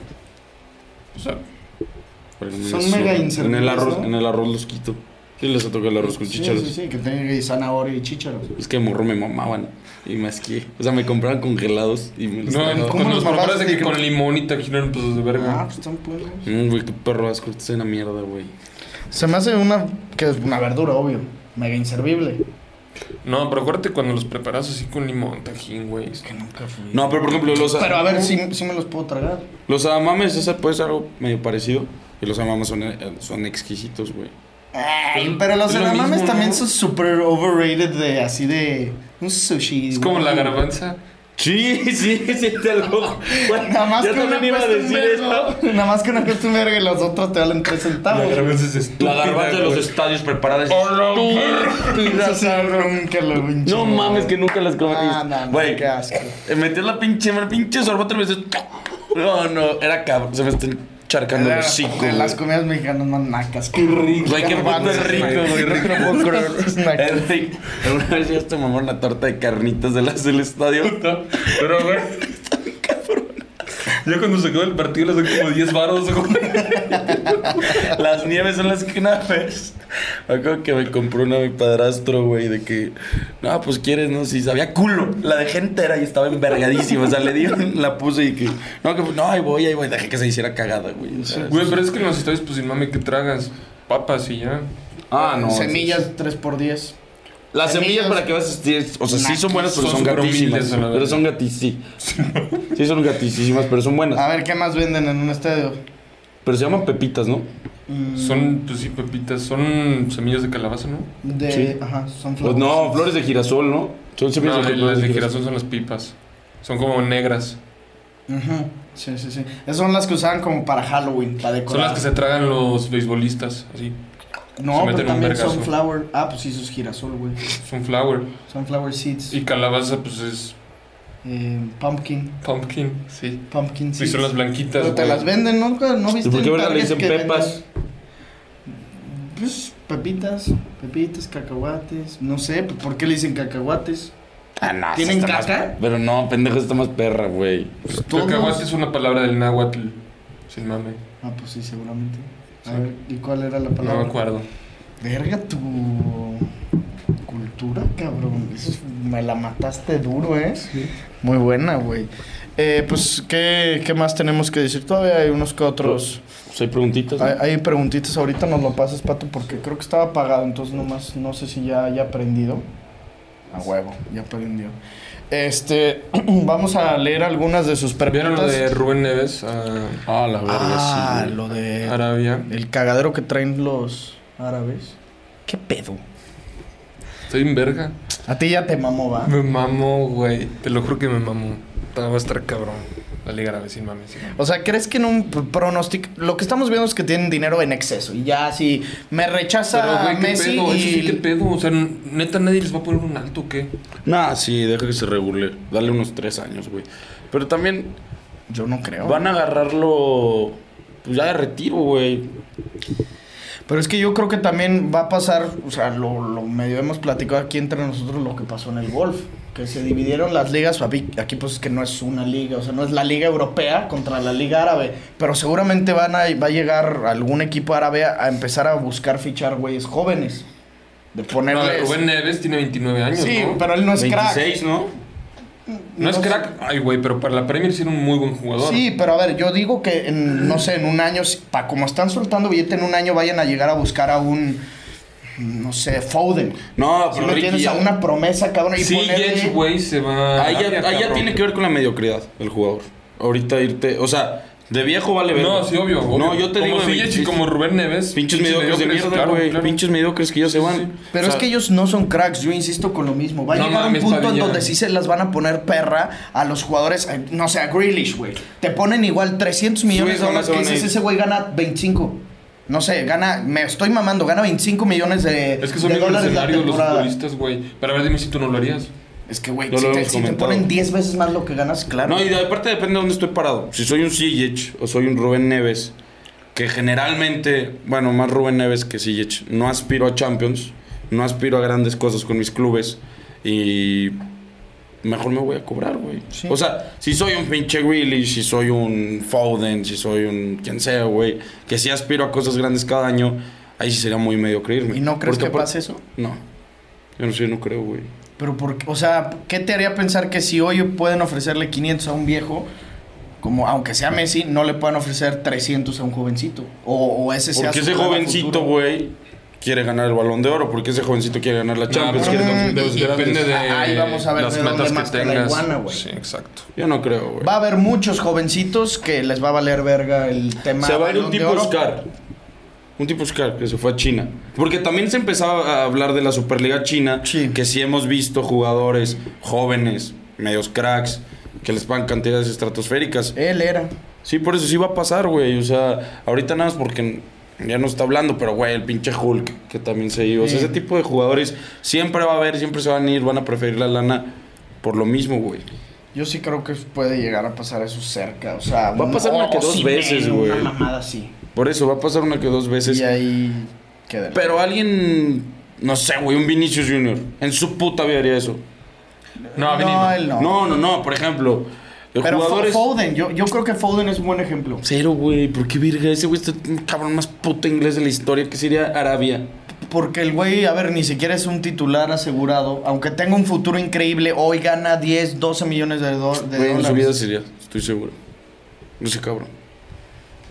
Speaker 4: pues,
Speaker 3: O sea,
Speaker 2: Son mega
Speaker 4: En el
Speaker 2: inservibles,
Speaker 4: arroz,
Speaker 2: ¿no?
Speaker 4: en el arroz los quito. Sí les ha tocado el arroz con
Speaker 2: Sí,
Speaker 4: chicheros.
Speaker 2: Sí, sí, que tiene zanahoria y chícharos.
Speaker 4: Es que de morro me mamaban y me asqué. O sea, me compraban congelados y me los
Speaker 3: no,
Speaker 4: tragaba.
Speaker 3: no,
Speaker 2: Este, ¿cómo
Speaker 3: con
Speaker 2: los
Speaker 3: los
Speaker 2: mamaste
Speaker 3: papás de
Speaker 2: de
Speaker 3: que
Speaker 2: que-
Speaker 3: con limón y tajín pues de
Speaker 2: Ah,
Speaker 3: verga.
Speaker 2: pues están buenos.
Speaker 4: Mm, güey, qué perro asco, estás en la mierda, güey.
Speaker 2: Se me hace una. que es una verdura, obvio. Mega inservible.
Speaker 3: No, pero acuérdate cuando los preparas así con limón, tajín, güey.
Speaker 2: Es que nunca fui.
Speaker 4: No, pero por ejemplo, los,
Speaker 2: Pero a ver, si me los puedo tragar.
Speaker 4: los amames, ese puede ser algo medio parecido. Y los amames son, eh, son exquisitos, güey.
Speaker 2: Ay, pero los
Speaker 3: Es lo
Speaker 2: edamames
Speaker 3: mismo,
Speaker 2: también
Speaker 3: ¿no?
Speaker 2: son super overrated de así de. Un sushi.
Speaker 3: Es como la garbanza.
Speaker 4: Sí, sí, sí, te lo juro. Güey,
Speaker 2: Nada más
Speaker 4: yo
Speaker 2: que una
Speaker 4: también iba a
Speaker 2: cuesta un
Speaker 4: decir
Speaker 2: vergo.
Speaker 4: esto.
Speaker 2: Nada más que una cuesta un vergo y los otros te valen tres centavos.
Speaker 3: es
Speaker 4: La
Speaker 3: estúpida.
Speaker 4: garbanza de los estadios preparadas.
Speaker 2: Eso sí, nunca lo pinche.
Speaker 4: No mames, que nunca las comí.
Speaker 2: Ah, no, no,
Speaker 4: Güey,
Speaker 2: qué asco.
Speaker 4: Eh, Metí la pinche, la pinche sorbote y me dice, No, no, era cabrón. Se me está encharcando el
Speaker 2: Era-
Speaker 4: hocico.
Speaker 2: de
Speaker 4: güey.
Speaker 2: las comidas mexicanas más nacas. Qué rico.
Speaker 4: Güey, qué puto
Speaker 2: Garbanzos,
Speaker 4: rico, güey.
Speaker 2: No te lo puedo creer, es nacas.
Speaker 4: Eh, güey, Una vez ya te mamó una torta de carnitas de las del estadio.
Speaker 3: Pero, güey. Ya cuando se acabó el partido le doy como 10 varos, güey.
Speaker 4: Las nieves son las que una vez. Me acuerdo que me compró una mi padrastro, güey, de que. No, pues quieres, no, si sabía culo. La dejé entera y estaba envergadísima. O sea, le di, la puse y que. No, que no, ahí voy, ahí voy. Dejé que se hiciera cagada, güey. o sea,
Speaker 3: Güey, pero es que en los estadios, pues sin mame, que tragas? Papas y ya.
Speaker 4: Ah, no.
Speaker 2: Semillas 3x10.
Speaker 4: Las semillas
Speaker 2: Semillas.
Speaker 4: para que vas a O sea, sí son buenas, pero
Speaker 3: Son
Speaker 4: son
Speaker 3: súper
Speaker 4: gatísimas.
Speaker 3: humildes, a la
Speaker 4: Pero
Speaker 3: verdad.
Speaker 4: son gatis, sí. Sí, son gatísimas, pero son
Speaker 2: A
Speaker 3: Ah.
Speaker 4: buenas.
Speaker 2: ver, ¿qué más venden en un estadio?
Speaker 4: Pero se llaman pepitas, ¿no?
Speaker 2: Mm,
Speaker 3: Son, pues sí, pepitas. Son semillas de calabaza, ¿no?
Speaker 2: De.
Speaker 4: sí.
Speaker 2: Ajá, son
Speaker 4: Pues
Speaker 2: flores.
Speaker 4: no, flores de girasol, ¿no? Son semillas
Speaker 3: No,
Speaker 4: de,
Speaker 3: las de girasol son las pipas. Son como negras.
Speaker 2: Ajá. Sí, sí, sí. Esas son las que usaban como para Halloween, para decorar.
Speaker 3: Son las que se tragan los beisbolistas, así.
Speaker 2: No,
Speaker 3: Se meten
Speaker 2: pero
Speaker 3: un
Speaker 2: también
Speaker 3: vergazo.
Speaker 2: Sunflower. Ah, pues sí, eso es girasol, güey.
Speaker 3: Sunflower.
Speaker 2: Sunflower seeds.
Speaker 3: Y calabaza, pues es
Speaker 2: eh, pumpkin.
Speaker 3: pumpkin, sí.
Speaker 2: Pumpkin
Speaker 3: Sí,
Speaker 2: seeds.
Speaker 3: son las blanquitas,
Speaker 2: pero te
Speaker 3: güey.
Speaker 2: las venden, ¿no? ¿No
Speaker 4: ¿Y
Speaker 2: viste
Speaker 4: por qué
Speaker 2: en
Speaker 4: verga
Speaker 2: Target
Speaker 4: le dicen
Speaker 2: que
Speaker 4: pepas?
Speaker 2: vendan? Pues pepitas, pepitas, cacahuates. No sé, pues, ¿por qué le dicen cacahuates?
Speaker 4: Ah, no, esa
Speaker 2: ¿Tienen
Speaker 4: está más-
Speaker 2: caca?
Speaker 4: pero no, pendejo, esta más perra, güey.
Speaker 3: Pues,
Speaker 2: todos.
Speaker 3: Cacahuate es una palabra del náhuatl. Sin mame.
Speaker 2: Ah, pues sí, seguramente. A
Speaker 3: Sí.
Speaker 2: ver, ¿y cuál era la
Speaker 3: No me
Speaker 2: palabra?
Speaker 3: acuerdo.
Speaker 2: Verga tu cultura, cabrón. Eso es- me la mataste duro, ¿eh? Muy buena, güey. Eh, pues, ¿qué, ¿qué más tenemos que decir? Todavía hay unos que otros.
Speaker 4: Soy Pues preguntitas. ¿no?
Speaker 2: Hay, hay preguntitas. Ahorita nos lo pasas, Pato, porque creo que estaba apagado. Entonces, nomás, no sé si ya haya aprendido. A huevo, ya aprendió. Este, vamos a leer algunas de sus
Speaker 3: ¿Vieron
Speaker 2: preguntas.
Speaker 3: lo de Rubén Neves a
Speaker 4: Ah, la verga,
Speaker 2: Ah,
Speaker 4: sí.
Speaker 2: lo de...
Speaker 3: Arabia?
Speaker 2: El cagadero que traen los árabes. ¿Qué pedo?
Speaker 3: Estoy en verga.
Speaker 2: A ti ya te mamó, va.
Speaker 3: Me mamó, güey. Te lo juro que me mamó. Ta- Va a estar cabrón. La Liga Árabe, sin mames. sin mames.
Speaker 2: O sea, ¿crees que en un pr- pronóstico lo que estamos viendo es que tienen dinero en exceso y ya si me rechaza
Speaker 3: Pero, güey, ¿qué
Speaker 2: Messi
Speaker 3: pedo? Eso
Speaker 2: y
Speaker 3: sí, ¿qué pedo? O sea, neta, nadie les va a poner un alto, o ¿qué?
Speaker 4: Nah, sí, deja que se regule. Dale unos tres años, güey. Pero también
Speaker 2: yo no creo.
Speaker 4: van a agarrarlo. Pues ya de retiro, güey.
Speaker 2: Pero es que yo creo que también va a pasar, o sea, lo, lo medio hemos platicado aquí entre nosotros lo que pasó en el golf, que se dividieron las ligas, aquí aquí, pues es que no es una liga, o sea, no es la liga europea contra la liga árabe, pero seguramente van a, va a llegar algún equipo árabe a, a empezar a buscar fichar güeyes jóvenes, de
Speaker 3: No, a ver,
Speaker 2: ponerles...
Speaker 3: Rubén Neves tiene 29 años,
Speaker 2: sí,
Speaker 3: ¿no?
Speaker 2: pero él no es crack.
Speaker 4: 26, ¿no?
Speaker 3: No es
Speaker 2: sé.
Speaker 3: crack. Ay, güey, pero para la Premier sí era un muy buen jugador.
Speaker 2: Sí, pero a ver, yo digo que en, no sé, en un año, si- pa, como están soltando billete en un año, vayan a llegar a buscar a un, no sé, Foden.
Speaker 4: No,
Speaker 2: Si
Speaker 4: pero
Speaker 2: me
Speaker 4: Ricky
Speaker 2: tienes
Speaker 4: ya-
Speaker 2: a una promesa, cabrón, y
Speaker 3: Sí,
Speaker 2: ponerle-
Speaker 3: Jets, güey, se va. a
Speaker 4: Ahí ya,
Speaker 3: Arabia,
Speaker 4: ahí ya
Speaker 3: cabrón.
Speaker 4: tiene que ver con la mediocridad el jugador. Ahorita irte. O sea, de viejo vale ver.
Speaker 3: No, sí, obvio. obvio.
Speaker 4: No, yo te
Speaker 3: como
Speaker 4: digo. de
Speaker 3: Como Ziyech y
Speaker 4: 26.
Speaker 3: como Rubén Neves.
Speaker 4: Pinches mediocres de mierda,
Speaker 3: claro,
Speaker 4: güey.
Speaker 3: claro.
Speaker 4: Pinches mediocres que ya se van.
Speaker 2: Pero
Speaker 4: O sea,
Speaker 2: es que ellos no son cracks, yo insisto con lo mismo. Va a
Speaker 3: No
Speaker 2: llegar
Speaker 3: mames,
Speaker 2: un punto en
Speaker 3: Padilla.
Speaker 2: donde sí se las van a poner perra a los jugadores, eh, no sé, a Grealish, güey. Te ponen igual 300 millones de
Speaker 4: Sí, no
Speaker 2: dólares
Speaker 4: se
Speaker 2: que
Speaker 4: van a
Speaker 2: dices,
Speaker 4: ir.
Speaker 2: ese güey gana 25. No sé, gana, me estoy mamando, gana 25 millones de,
Speaker 3: Es que son
Speaker 2: de
Speaker 3: bien
Speaker 2: dólares la
Speaker 3: mercenarios los
Speaker 2: temporada.
Speaker 3: futbolistas, güey. Pero a ver, dime si tú no lo harías.
Speaker 2: Es que, güey,
Speaker 4: Ya
Speaker 2: si,
Speaker 4: lo
Speaker 2: te,
Speaker 4: hemos
Speaker 2: si te
Speaker 4: comentado.
Speaker 2: ponen 10 veces más lo que ganas, claro.
Speaker 4: No, y de- aparte depende de dónde estoy parado. Si soy un Sillech o soy un Rubén Neves, que generalmente, bueno, más Rubén Neves que Sillech, no aspiro a Champions, no aspiro a grandes cosas con mis clubes y mejor me voy a cobrar, güey.
Speaker 2: Sí.
Speaker 4: O sea, si soy un pinche Grealish, si soy un Foden, si soy un quien sea, güey, que sí aspiro a cosas grandes cada año, ahí sí sería muy mediocre irme.
Speaker 2: ¿Y no crees
Speaker 4: Porque
Speaker 2: que
Speaker 4: por-
Speaker 2: pase eso?
Speaker 4: No. Yo no sé, no creo, güey.
Speaker 2: Pero, por, qué? o sea, ¿qué te haría pensar que si hoy pueden ofrecerle 500 a un viejo, como aunque sea Messi, no le pueden ofrecer 300 a un jovencito? O, o ese sea
Speaker 4: Porque
Speaker 2: su
Speaker 4: ese
Speaker 2: plan a
Speaker 4: jovencito,
Speaker 2: futuro.
Speaker 4: güey, quiere ganar el balón de oro. Porque ese jovencito quiere ganar la Champions.
Speaker 3: No,
Speaker 4: quiere
Speaker 3: pero
Speaker 4: ganar los grandes.
Speaker 3: depende de
Speaker 2: Ahí vamos a ver
Speaker 3: las
Speaker 2: de dónde
Speaker 3: metas
Speaker 2: más
Speaker 3: que
Speaker 2: te la
Speaker 3: tengas.
Speaker 2: iguana, güey.
Speaker 3: sí, exacto.
Speaker 4: Yo no creo, güey.
Speaker 2: Va a haber muchos jovencitos que les va a valer verga el tema.
Speaker 4: Se va a ir un
Speaker 2: Balón de
Speaker 4: tipo
Speaker 2: Oro.
Speaker 4: Oscar. Un tipo Oscar que se fue a China. Porque también se empezaba a hablar de la Superliga China.
Speaker 2: Sí.
Speaker 4: Que sí hemos visto jugadores jóvenes, medios cracks, que les pagan cantidades estratosféricas.
Speaker 2: Él era.
Speaker 4: Sí, por eso sí va a pasar, güey. O sea, ahorita nada más porque ya no está hablando, pero güey, el pinche Hulk, que también se iba. O sea,
Speaker 2: Sí.
Speaker 4: ese tipo de jugadores siempre va a haber, siempre se van a ir, van a preferir la lana por lo mismo, güey.
Speaker 2: Yo sí creo que puede llegar a pasar eso cerca. O sea,
Speaker 4: Va a
Speaker 2: un-
Speaker 4: pasar una
Speaker 2: o-
Speaker 4: que
Speaker 2: o
Speaker 4: dos
Speaker 2: Zidane,
Speaker 4: veces,
Speaker 2: Una
Speaker 4: güey.
Speaker 2: mamada así.
Speaker 4: Por eso va a pasar una que dos veces.
Speaker 2: Y ahí queda. el-
Speaker 4: Pero alguien, no sé, güey, un Vinicius Junior, en su puta vida haría eso.
Speaker 3: No,
Speaker 2: no,
Speaker 3: venimos.
Speaker 2: él no.
Speaker 4: No, no, no, por ejemplo, los
Speaker 2: Pero Fo-
Speaker 4: jugadores.
Speaker 2: Foden, yo, yo creo que Foden es un buen ejemplo.
Speaker 4: Cero, güey, ¿por qué virga? Ese güey está un cabrón más puto inglés de la historia que sería Arabia.
Speaker 2: Porque el güey, a ver, ni siquiera es un titular asegurado. Aunque tenga un futuro increíble, hoy gana 10, 12 millones de, do- de
Speaker 4: Güey, en su vida
Speaker 2: dólares.
Speaker 4: sería, estoy seguro. No sé, cabrón.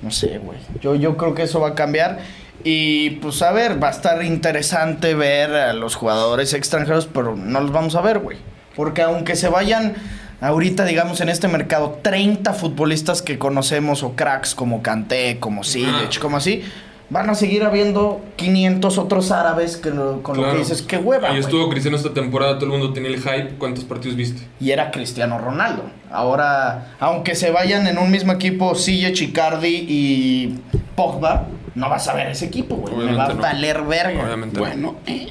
Speaker 2: No sé, güey. Yo, yo creo que eso va a cambiar. Y pues a ver, va a estar interesante ver a los jugadores extranjeros, pero no los vamos a ver, güey. Porque aunque se vayan ahorita, digamos, en este mercado,
Speaker 3: Ah.
Speaker 2: 30 futbolistas que conocemos o cracks como Kanté, como Silich, como así, van a seguir habiendo 500 otros árabes que no- con lo
Speaker 3: Claro.
Speaker 2: que dices, qué hueva.
Speaker 3: Ahí
Speaker 2: güey".
Speaker 3: estuvo Cristiano esta temporada, todo el mundo tenía el hype. ¿Cuántos partidos viste?
Speaker 2: Y era Cristiano Ronaldo. Ahora, aunque se vayan en un mismo equipo Sille, Chicardi y Pogba, no vas a ver ese equipo, güey. Me
Speaker 3: Obviamente
Speaker 2: va a
Speaker 3: no.
Speaker 2: valer verga.
Speaker 3: Obviamente. Este
Speaker 4: Bueno, eh,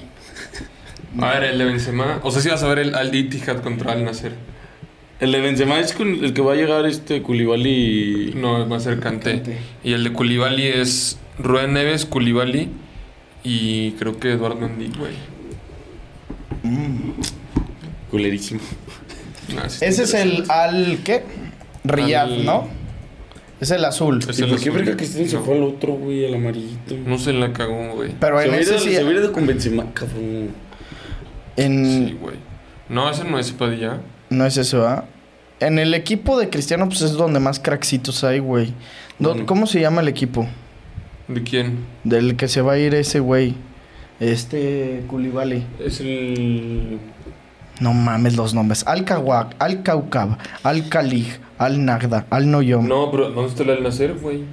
Speaker 3: A ver, el de Benzema. O sea, si vas a ver el Al Ittihad contra Al Nasser.
Speaker 4: el de Benzema es con el que va a llegar este Koulibaly.
Speaker 3: No, va a ser Kanté.
Speaker 2: Kanté.
Speaker 3: Y el de Koulibaly es Rubén Neves, Koulibaly y creo que Eduardo Mendy, güey.
Speaker 4: Culerísimo.
Speaker 3: Nah,
Speaker 2: Ese
Speaker 3: sí está
Speaker 2: es
Speaker 3: interesante.
Speaker 2: el al qué? Riyadh,
Speaker 3: Al-
Speaker 2: ¿no? Es el azul.
Speaker 3: Es
Speaker 4: ¿Y
Speaker 3: el
Speaker 4: por qué
Speaker 3: azul.
Speaker 4: verga Cristiano Pues se
Speaker 3: No.
Speaker 4: fue al otro, güey? Al amarillito.
Speaker 3: No se la cagó, güey.
Speaker 2: Pero
Speaker 4: se
Speaker 2: en
Speaker 4: hubiera
Speaker 2: ese
Speaker 4: ido-
Speaker 2: sí.
Speaker 4: se hubiera ido con Benzema, cabrón.
Speaker 2: en-
Speaker 3: Sí, güey. No, ese no es Padilla.
Speaker 2: No es eso, ¿ah? En el equipo de Cristiano, pues es donde más craxitos hay, güey. Do-
Speaker 4: Mm.
Speaker 2: ¿Cómo se llama el equipo?
Speaker 3: ¿De quién?
Speaker 2: Del que se va a ir ese güey. Este Koulibaly.
Speaker 3: Es el.
Speaker 2: No mames los nombres. Al Kawak, Al Kaukab, Al Khalij, Al Nagda, Al Noyom.
Speaker 3: No, pero ¿dónde está el Al Nasser, güey?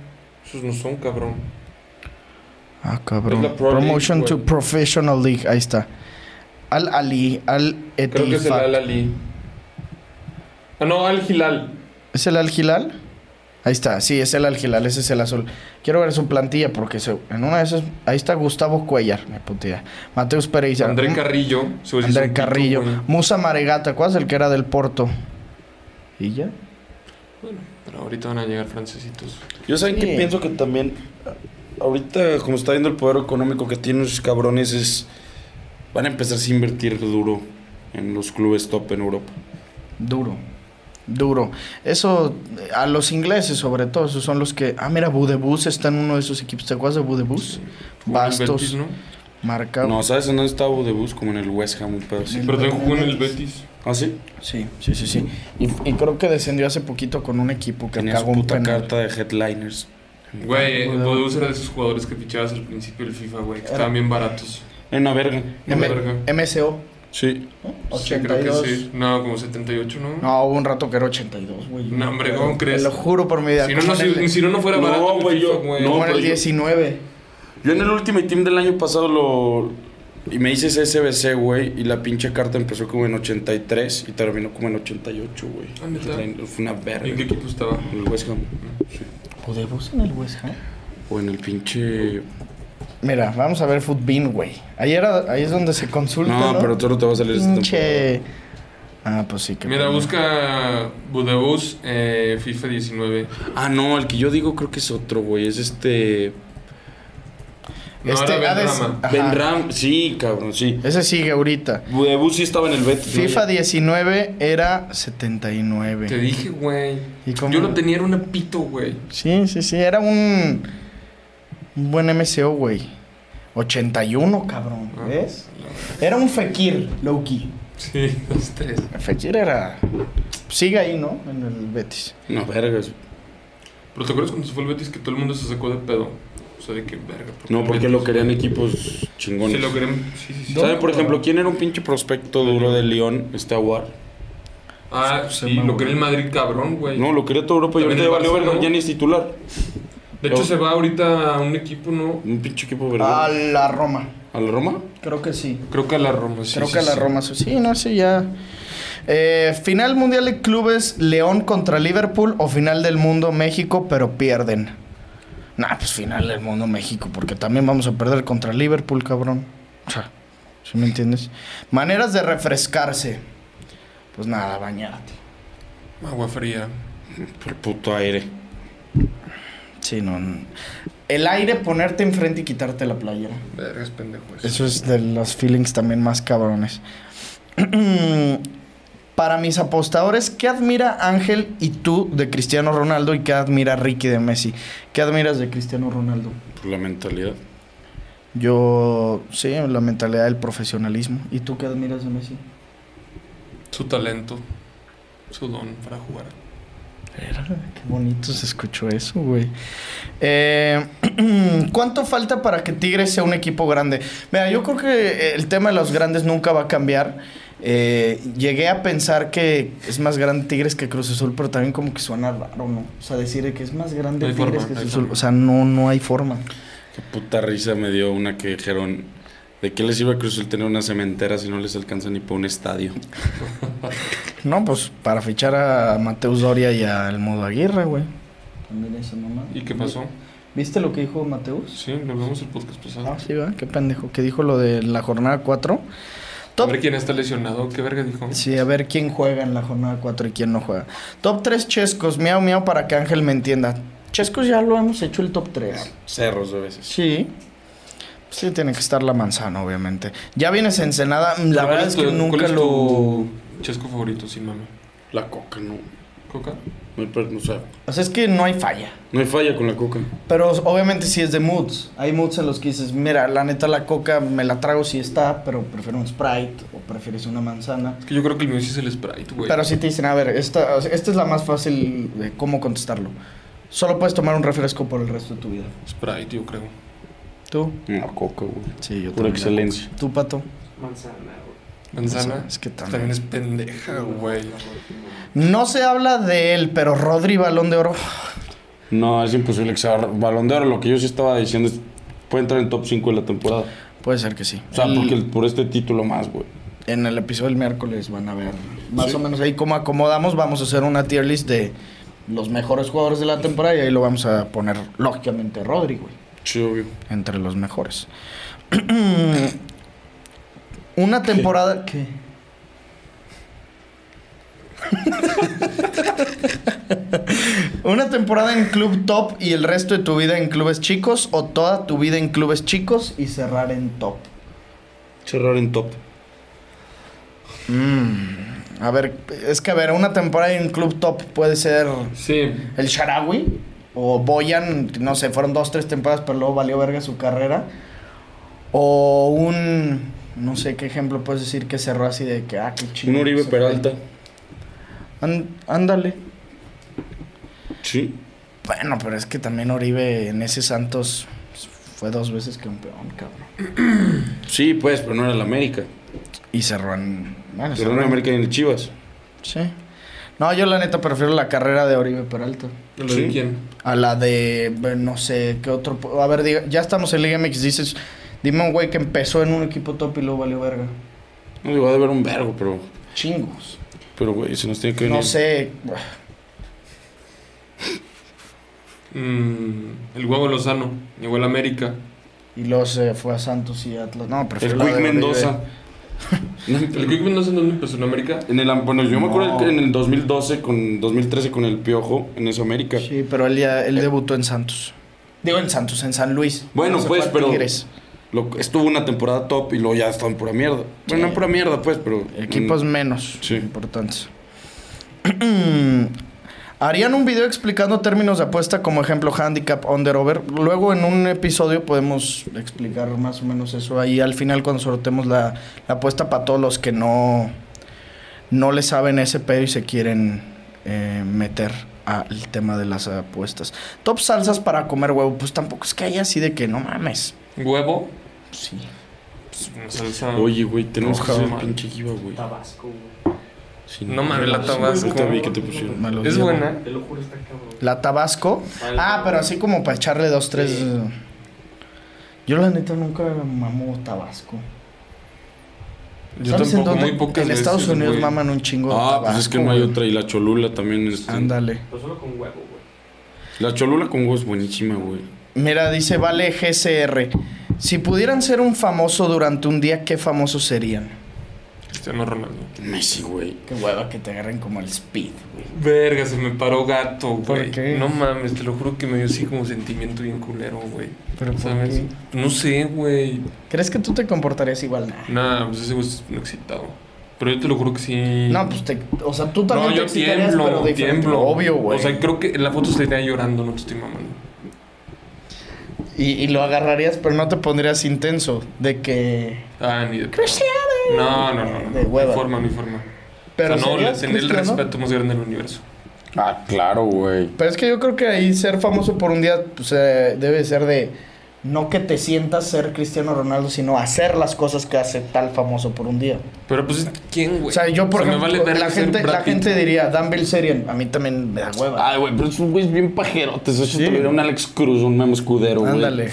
Speaker 3: Esos no son, cabrón.
Speaker 2: Ah, cabrón.
Speaker 3: Es la Pro League,
Speaker 2: Promotion to
Speaker 3: güey.
Speaker 2: Professional League. Ahí está. Al Ali, Al Etifak.
Speaker 3: Creo que es el Al Ali. Ah, no, Al Hilal.
Speaker 2: ¿Es el Al Hilal? Ahí está, sí, es el Al Hilal, ese es el azul. Quiero ver su plantilla porque se- en una de esas. Ahí está Gustavo Cuellar, me putea. Mateus Pereira.
Speaker 3: André
Speaker 2: Mm,
Speaker 3: Carrillo. se hizo un
Speaker 2: André
Speaker 3: pico,
Speaker 2: Carrillo.
Speaker 3: güey.
Speaker 2: Musa Maregata, ¿cuál es el que era del Porto? ¿Y ya?
Speaker 3: Bueno, pero ahorita van a llegar francesitos.
Speaker 4: Yo saben
Speaker 2: Sí.
Speaker 4: que pienso que también ahorita como está viendo el poder económico que tienen esos cabrones es van a empezar a invertir duro en los clubes top en Europa.
Speaker 2: Duro. Duro. Eso, eh, a los ingleses sobre todo, esos son los que. Ah, mira, Budebus está en uno de esos equipos. ¿Te acuerdas de Budebus? Bastos,
Speaker 3: Betis, ¿no?
Speaker 2: Marca.
Speaker 4: No, ¿sabes en dónde estaba de bus? Como en el West Ham, un pedo así.
Speaker 3: Pero también jugó en el Betis.
Speaker 4: ¿Ah, sí?
Speaker 2: Sí, sí, sí, sí. Y, y creo que descendió hace poquito con un equipo que
Speaker 4: Tenía su
Speaker 2: cagó un
Speaker 4: puta
Speaker 2: penal.
Speaker 4: carta de headliners.
Speaker 3: Güey, Bodus era de esos jugadores que fichabas al principio del FIFA, güey. Que estaban bien baratos.
Speaker 4: En la verga.
Speaker 3: Una
Speaker 2: M-
Speaker 3: verga.
Speaker 2: MSO.
Speaker 4: Sí.
Speaker 3: Sí,
Speaker 2: 82.
Speaker 3: creo que sí. No, como 78, ¿no?
Speaker 2: No, hubo un rato que era 82, güey.
Speaker 3: No, hombre, ¿cómo
Speaker 2: Te
Speaker 3: crees?
Speaker 2: lo juro por mi vida.
Speaker 3: Si no,
Speaker 2: como
Speaker 3: no,
Speaker 2: en
Speaker 3: si, pues,
Speaker 2: el,
Speaker 3: si no, no fuera
Speaker 4: No,
Speaker 3: barato. el
Speaker 4: güey,
Speaker 3: FIFA,
Speaker 4: yo-
Speaker 3: güey.
Speaker 4: no,
Speaker 2: como en
Speaker 4: pero
Speaker 2: el
Speaker 4: yo-
Speaker 2: 19.
Speaker 4: Yo en el Ultimate Team del año pasado lo... Y me dices SBC, güey, y la pinche carta empezó como en 83 y terminó como en 88, güey.
Speaker 3: Ah, ¿neta?
Speaker 4: Headliner, Fue una verga.
Speaker 3: ¿Y en qué equipo estaba?
Speaker 4: En el West Ham.
Speaker 2: ¿Podemos en el West Ham?
Speaker 4: O en el pinche.
Speaker 2: Mira, vamos a ver Footbin, güey. Ahí, era- ahí es donde se consulta.
Speaker 4: No,
Speaker 2: No,
Speaker 4: pero tú no te vas a salir esta temporada.
Speaker 2: Pinche. Ah, pues sí. qué
Speaker 3: Mira,
Speaker 2: pena.
Speaker 3: busca Budebus eh, FIFA 19.
Speaker 4: Ah, no, el que yo digo creo que es otro, güey. Es este.
Speaker 3: No,
Speaker 2: Este,
Speaker 3: era
Speaker 2: Hades-
Speaker 3: Benrahma.
Speaker 2: Ajá.
Speaker 4: Ben Ram. Sí, cabrón, sí.
Speaker 2: Ese sigue ahorita.
Speaker 4: Budebus sí estaba en el Betis. ¿no?
Speaker 2: FIFA 19 era
Speaker 3: Te
Speaker 2: 79.
Speaker 3: dije, güey.
Speaker 2: ¿Y cómo?
Speaker 3: Yo lo tenía, era una pito, güey.
Speaker 2: Sí, sí, sí. Era un, un buen MCO, güey. 81, cabrón.
Speaker 3: Ah,
Speaker 2: ¿Ves? Era un Fekir, Loki.
Speaker 3: Sí, los tres.
Speaker 2: Fekir era. Sigue ahí, ¿no? En el Betis.
Speaker 4: No, vergas.
Speaker 3: Pero ¿te acuerdas cuando se fue el Betis que todo el mundo se sacó de pedo? O sea, de que verga. ¿por qué
Speaker 4: No,
Speaker 3: el
Speaker 4: porque
Speaker 3: Betis?
Speaker 4: lo querían equipos chingones.
Speaker 3: Sí, lo querían. Sí, sí, sí.
Speaker 4: ¿Saben, por ejemplo, quién era un pinche prospecto duro de León? Este Aguar.
Speaker 3: Ah,
Speaker 2: Se
Speaker 3: sí,
Speaker 2: llama,
Speaker 3: lo
Speaker 2: güey.
Speaker 3: quería el Madrid, cabrón, güey.
Speaker 4: No, lo quería toda Europa y
Speaker 3: También
Speaker 4: ahorita ya
Speaker 3: el
Speaker 4: valió
Speaker 3: Barça,
Speaker 4: verga,
Speaker 3: ¿no?
Speaker 4: ya ni es titular.
Speaker 3: De hecho, se va ahorita a un equipo, ¿no?
Speaker 4: Un pinche equipo
Speaker 2: A
Speaker 4: verdad.
Speaker 2: la Roma.
Speaker 4: ¿A la Roma?
Speaker 2: Creo que sí.
Speaker 3: Creo que a la Roma, sí.
Speaker 2: Creo
Speaker 3: sí,
Speaker 2: que a la
Speaker 3: sí.
Speaker 2: Roma. sí. Sí, no, sí, ya. Eh, final mundial de clubes, León contra Liverpool o final del mundo México, pero pierden. Nah, pues final del mundo México, porque también vamos a perder contra Liverpool, cabrón. O sea, ¿sí me entiendes? Maneras de refrescarse. Pues nada, bañarte.
Speaker 3: Agua fría.
Speaker 4: Por puto aire.
Speaker 2: Sí, no. no. El aire, ponerte enfrente y quitarte la playera.
Speaker 3: Vergas, pendejo. eso.
Speaker 2: Eso es de los feelings también más cabrones. Para mis apostadores, ¿qué admira Ángel y tú de Cristiano Ronaldo y qué admira Ricky de Messi? ¿Qué admiras de Cristiano Ronaldo?
Speaker 4: Por la mentalidad.
Speaker 2: Yo, sí, la mentalidad del profesionalismo. ¿Y tú qué admiras de Messi?
Speaker 3: Su talento. Su don para jugar.
Speaker 2: Qué bonito se escuchó eso, güey. Eh, ¿Cuánto falta para que Tigres sea un equipo grande? Mira, yo creo que el tema de los grandes nunca va a cambiar. Eh, llegué a pensar que es más grande Tigres que Cruz Azul, pero también como que suena raro, ¿no? O sea, decir que es más grande
Speaker 3: No hay
Speaker 2: Tigres
Speaker 3: forma,
Speaker 2: que
Speaker 3: no hay
Speaker 2: Cruz Azul.
Speaker 3: forma.
Speaker 2: O sea, no, no hay forma.
Speaker 4: Qué puta risa me dio una que dijeron. ¿De qué les iba a Cruz el tener una cementera si no les alcanza ni para un estadio?
Speaker 2: No, pues para fichar a Mateus Doria y a Elmudo Aguirre, güey. También esa mamá.
Speaker 3: ¿Y qué pasó?
Speaker 2: ¿Viste lo que dijo Mateus?
Speaker 3: Sí, lo vemos el podcast pasado.
Speaker 2: Ah, sí, ¿verdad? Qué pendejo. Que dijo lo de la jornada 4.
Speaker 3: A
Speaker 2: Top
Speaker 3: ver quién está lesionado. ¿Qué verga dijo?
Speaker 2: Sí, a ver quién juega en la jornada 4 y quién no juega. Top 3 chescos, miau miau para que Ángel me entienda. Chescos ya lo hemos hecho el top 3.
Speaker 4: Ah, Cerros de veces.
Speaker 2: Sí. Sí, tiene que estar la manzana, obviamente. Ya vienes encenada. La
Speaker 3: ¿Cuál
Speaker 2: verdad es que
Speaker 3: tu-
Speaker 2: nunca
Speaker 3: cuál es
Speaker 2: lo.
Speaker 3: tu Chesco favorito, sin mami.
Speaker 4: La coca, no.
Speaker 3: ¿Coca?
Speaker 4: No hay, per- no, o sea,
Speaker 2: O sea, es que no hay falla.
Speaker 4: no hay falla con la coca.
Speaker 2: Pero obviamente sí es de moods. Hay moods en los que dices, mira, la neta la coca me la trago si está, pero prefiero un Sprite o prefieres una manzana.
Speaker 3: Es que yo creo que el mío sí es el Sprite, güey.
Speaker 2: Pero si te dicen, a ver, esta, o sea, esta es la más fácil de cómo contestarlo. Solo puedes tomar un refresco por el resto de tu vida.
Speaker 3: Sprite, yo creo.
Speaker 2: ¿Tú?
Speaker 4: La coca, güey.
Speaker 2: Sí, yo
Speaker 4: Pura excelencia.
Speaker 2: ¿Tú, Pato?
Speaker 3: Manzana.
Speaker 2: Es que también-
Speaker 3: También es pendeja, güey.
Speaker 2: No se habla de él, pero Rodri Balón de Oro.
Speaker 4: No, es imposible que sea balón de oro. Lo que yo sí estaba diciendo es. Puede entrar en top 5 de la temporada.
Speaker 2: Puede ser que sí.
Speaker 4: O sea,
Speaker 2: El-
Speaker 4: porque el- por este título más, güey.
Speaker 2: En el episodio del miércoles van a ver más o menos ahí cómo acomodamos. Vamos a hacer una tier list de los mejores jugadores de la temporada y ahí lo vamos a poner, lógicamente, Rodri, güey,
Speaker 4: Sí, obvio.
Speaker 2: entre los mejores. una temporada que... Una temporada en club top y el resto de tu vida en clubes chicos o toda tu vida en clubes chicos y cerrar en top.
Speaker 4: Cerrar en top.
Speaker 2: Mm, a ver, es que a ver, una temporada en un club top puede ser
Speaker 3: Sí.
Speaker 2: el Sharawi o Boyan, no sé, fueron dos, tres temporadas, pero luego valió verga su carrera. O un, no sé qué ejemplo puedes decir que cerró así de que, ah, qué chido.
Speaker 4: Un Uribe
Speaker 2: se fue.
Speaker 4: Peralta.
Speaker 2: An- ándale.
Speaker 4: Sí.
Speaker 2: Bueno, pero es que también Oribe en ese Santos fue dos veces campeón, cabrón.
Speaker 4: Sí, pues, pero no era el América.
Speaker 2: Ah, Y cerró en... Bueno,
Speaker 4: Pero era el América y en el Chivas.
Speaker 2: Sí. No, yo la neta prefiero la carrera de Oribe Peralta.
Speaker 3: ¿Lo
Speaker 4: Sí.
Speaker 3: de quién?
Speaker 2: A la de, bueno, no sé, qué otro. po- A ver, diga, ya estamos en Liga MX. Dices, dime un güey que empezó en un equipo top y luego valió verga.
Speaker 4: No digo, ha de haber un vergo, pero.
Speaker 2: Chingos.
Speaker 4: Pero, güey, se nos tiene que venir.
Speaker 2: No sé.
Speaker 3: Mm, el huevo Lozano. Llegó al América.
Speaker 2: Y luego se fue a Santos y Atlas. No, prefiero.
Speaker 4: El
Speaker 2: la de
Speaker 4: Quick
Speaker 2: Oribe.
Speaker 4: Mendoza.
Speaker 3: ¿El Quick Mendoza no empezó en América?
Speaker 4: En el, bueno, yo me acuerdo
Speaker 2: No.
Speaker 4: que en el 2012, con 2013 con el Piojo, en esa América.
Speaker 2: Sí, pero él ya él debutó en Santos. Digo en Santos, en San Luis.
Speaker 4: Bueno,
Speaker 2: Se
Speaker 4: pues,
Speaker 2: fue a
Speaker 4: pero-
Speaker 2: Tigres.
Speaker 4: Lo- estuvo una temporada top y luego ya está en pura mierda. Bueno, no en pura mierda, pues, pero.
Speaker 2: Equipos menos
Speaker 4: Sí.
Speaker 2: importantes. Harían un video explicando términos de apuesta como ejemplo handicap, under-over. Luego en un episodio podemos explicar más o menos eso ahí al final cuando sortemos la, la apuesta para todos los que no, no le saben ese pedo y se quieren eh, meter al tema de las apuestas. Top salsas para comer huevo. Pues tampoco es que haya así de que no mames.
Speaker 3: Huevo.
Speaker 2: Sí.
Speaker 3: Pues, una salsa.
Speaker 4: Oye, güey, tenemos que
Speaker 3: Ojalá.
Speaker 4: hacer un pinche giva, güey. Tabasco, güey.
Speaker 3: No mames, la Tabasco.
Speaker 4: Te vi que te pusieron.
Speaker 2: me lo
Speaker 3: Es
Speaker 2: llevo.
Speaker 3: buena.
Speaker 2: La Tabasco. Ah, pero así como para echarle dos, tres. eh. Yo la neta nunca mamó Tabasco.
Speaker 3: Yo
Speaker 2: ¿Sabes en
Speaker 3: tampoco,
Speaker 2: dónde?
Speaker 3: muy pocas
Speaker 2: En
Speaker 3: veces,
Speaker 2: Estados Unidos
Speaker 3: güey.
Speaker 2: maman un chingo de
Speaker 4: Ah,
Speaker 2: Tabasco.
Speaker 4: pues es que no hay
Speaker 2: güey.
Speaker 4: otra. Y la Cholula también. Este,
Speaker 2: Ándale.
Speaker 4: La Cholula con huevo es buenísima, güey.
Speaker 2: Mira, dice Vale GCR. Si pudieran ser un famoso durante un día, ¿qué famosos serían?
Speaker 3: Cristiano Ronaldo.
Speaker 4: Messi, güey.
Speaker 2: Qué hueva que te agarren como el speed, güey.
Speaker 3: Verga, se me paró gato, güey.
Speaker 2: ¿Por qué?
Speaker 3: No mames, te lo juro que me dio así como sentimiento bien culero, güey.
Speaker 2: ¿Pero por
Speaker 3: ¿Sabes? No sé, güey.
Speaker 2: ¿Crees que tú te comportarías igual? Nah.
Speaker 3: Nada, pues ese güey es un excitado. Pero yo te lo juro que sí.
Speaker 2: No, pues te. O sea, tú también
Speaker 3: No,
Speaker 2: te
Speaker 3: yo
Speaker 2: excitarías, pero
Speaker 3: tiemblo,
Speaker 2: diferente.
Speaker 3: tiemblo.
Speaker 2: Obvio, güey.
Speaker 3: O sea, creo que en la foto estaría llorando, no te estoy mamando.
Speaker 2: y, y lo agarrarías, pero no te pondrías intenso. De que.
Speaker 3: Ah, ni de.
Speaker 2: Cristiano.
Speaker 3: No, no, no. no.
Speaker 2: De hueva.
Speaker 3: No hay forma, no hay forma.
Speaker 2: Pero
Speaker 3: o sea, no,
Speaker 2: ¿serías
Speaker 3: le- tener el
Speaker 2: cristiano?
Speaker 3: respeto más grande del universo.
Speaker 4: Ah, claro, güey.
Speaker 2: Pero es que yo creo que ahí ser famoso por un día pues, eh, debe ser de no que te sientas ser Cristiano Ronaldo, sino hacer las cosas que hace tal famoso por un día.
Speaker 3: Pero pues, ¿quién, güey?
Speaker 2: o sea, yo por
Speaker 3: Se me
Speaker 2: ejemplo,
Speaker 3: vale verga
Speaker 2: la
Speaker 3: ser
Speaker 2: gente
Speaker 3: Brad
Speaker 2: la
Speaker 3: Pitt. Ah,
Speaker 2: gente diría Dan Bilzerian, a mí también me da hueva.
Speaker 4: Ay, güey, pero es un güey bien pajerote. Eso
Speaker 2: Sí.
Speaker 4: si tuviera un Alex Cruz, un Memo Escudero, güey.
Speaker 2: Ándale.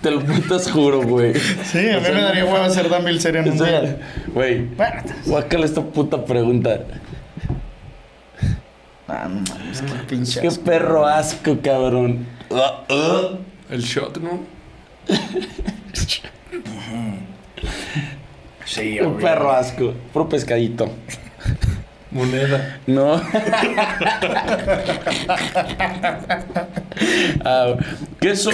Speaker 4: Te lo putas juro, güey.
Speaker 2: Sí, a mí me daría hueva ser Dan Bilzerian en un
Speaker 4: O
Speaker 2: día.
Speaker 4: sea, Güey,
Speaker 2: Bueno,
Speaker 4: guácala esta puta pregunta.
Speaker 2: ah, no mames, qué
Speaker 4: Qué
Speaker 2: pinche. asco.
Speaker 4: perro asco, cabrón. Ah, ah.
Speaker 3: El shot, ¿no?
Speaker 2: Sí,
Speaker 4: Un
Speaker 2: obvio.
Speaker 4: perro asco. Puro pescadito.
Speaker 3: Moneda.
Speaker 4: No. Ah, ¿Qué es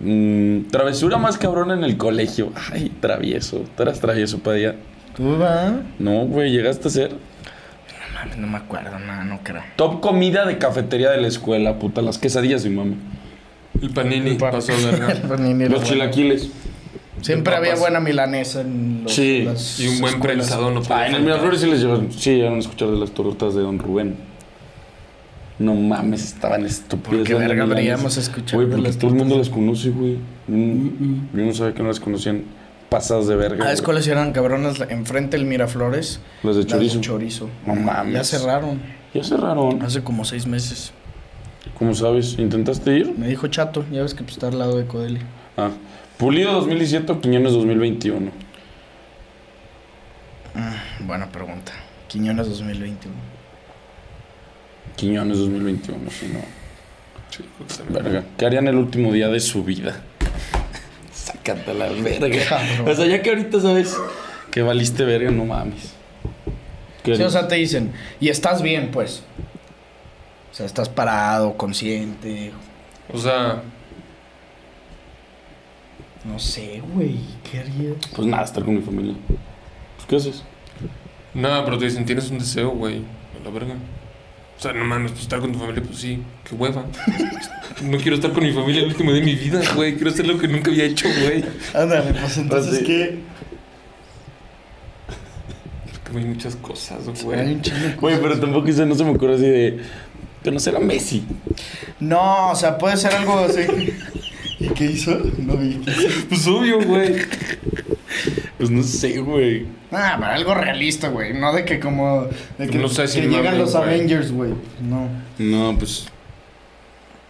Speaker 4: mm, travesura más cabrón en el colegio. Ay, travieso. ¿Tú eras travieso, Padilla?
Speaker 2: ¿Tú va?
Speaker 4: No, güey, llegaste a ser.
Speaker 2: Mames, no me acuerdo, no, no creo.
Speaker 4: Top comida de cafetería de la escuela, puta. Las quesadillas, mi mami.
Speaker 3: El panini
Speaker 2: pa-
Speaker 3: pasó de verga.
Speaker 2: Ni- ni
Speaker 4: Los
Speaker 2: lo-
Speaker 4: chilaquiles.
Speaker 2: Siempre
Speaker 3: de
Speaker 2: había
Speaker 3: papas.
Speaker 2: buena milanesa en los,
Speaker 4: Sí,
Speaker 2: las
Speaker 3: Y un buen
Speaker 2: escuelas.
Speaker 3: prensado no
Speaker 4: Ah,
Speaker 3: puede
Speaker 4: en el
Speaker 3: faltar.
Speaker 4: Miraflores sí les llevaron. Sí, llegaron a escuchar de las tortas de Don Rubén. No mames, estaban estúpidos.
Speaker 2: Porque verga deberíamos escuchar
Speaker 4: Güey,
Speaker 2: de
Speaker 4: porque
Speaker 2: las
Speaker 4: todo el mundo las conoce, güey. Mm, Yo no sabía que no las conocían. Pasadas de verga.
Speaker 2: Ah,
Speaker 4: güey.
Speaker 2: es cuáles eran cabronas la- enfrente del Miraflores.
Speaker 4: Las de
Speaker 2: las de
Speaker 4: chorizo.
Speaker 2: chorizo.
Speaker 4: No mames.
Speaker 2: Ya cerraron,
Speaker 4: Ya cerraron.
Speaker 2: hace como seis meses.
Speaker 4: Como sabes, ¿intentaste ir?
Speaker 2: Me dijo Chato, ya ves que pues, está al lado de Codeli.
Speaker 4: Ah. Pulido 2017 o Quiñones 2021.
Speaker 2: Buena pregunta. Quiñones 2021.
Speaker 4: Quiñones 2021, si no.
Speaker 3: Sí, creo que también.
Speaker 4: Verga. ¿Qué harían el último día de su vida? Sácate la verga.
Speaker 2: Cabrón.
Speaker 4: O sea, ya que ahorita sabes que valiste verga, no mames. ¿Qué
Speaker 2: Sí, o
Speaker 4: harías?
Speaker 2: sea, te dicen, y estás bien, pues. O sea, estás parado, consciente.
Speaker 3: O sea,
Speaker 2: No sé, güey, ¿qué harías?
Speaker 4: Pues nada, estar con mi familia. Pues, ¿qué haces?
Speaker 3: nada, pero te dicen, tienes un deseo, güey. A la verga. O sea, no mames, pues estar con tu familia, pues sí, qué hueva. No quiero estar con mi familia el último día de mi vida, güey. Quiero hacer lo que nunca había hecho, güey.
Speaker 2: Ándale, pues
Speaker 4: entonces,
Speaker 2: entonces, ¿qué?
Speaker 3: Porque hay muchas cosas,
Speaker 2: Hay
Speaker 3: güey.
Speaker 2: un chingo de
Speaker 4: Güey,
Speaker 2: cosas.
Speaker 4: pero tampoco hice, no se me ocurre así de conocer a Messi.
Speaker 2: No, o sea, puede ser algo así. ¿Y qué hizo? No vi.
Speaker 3: Pues obvio, güey.
Speaker 4: Pues no sé, güey.
Speaker 2: Ah, pero algo realista, güey. No de que como. De que,
Speaker 3: No sé si
Speaker 2: que
Speaker 3: mames,
Speaker 2: llegan los
Speaker 3: güey.
Speaker 2: Avengers, güey. No.
Speaker 4: No, pues.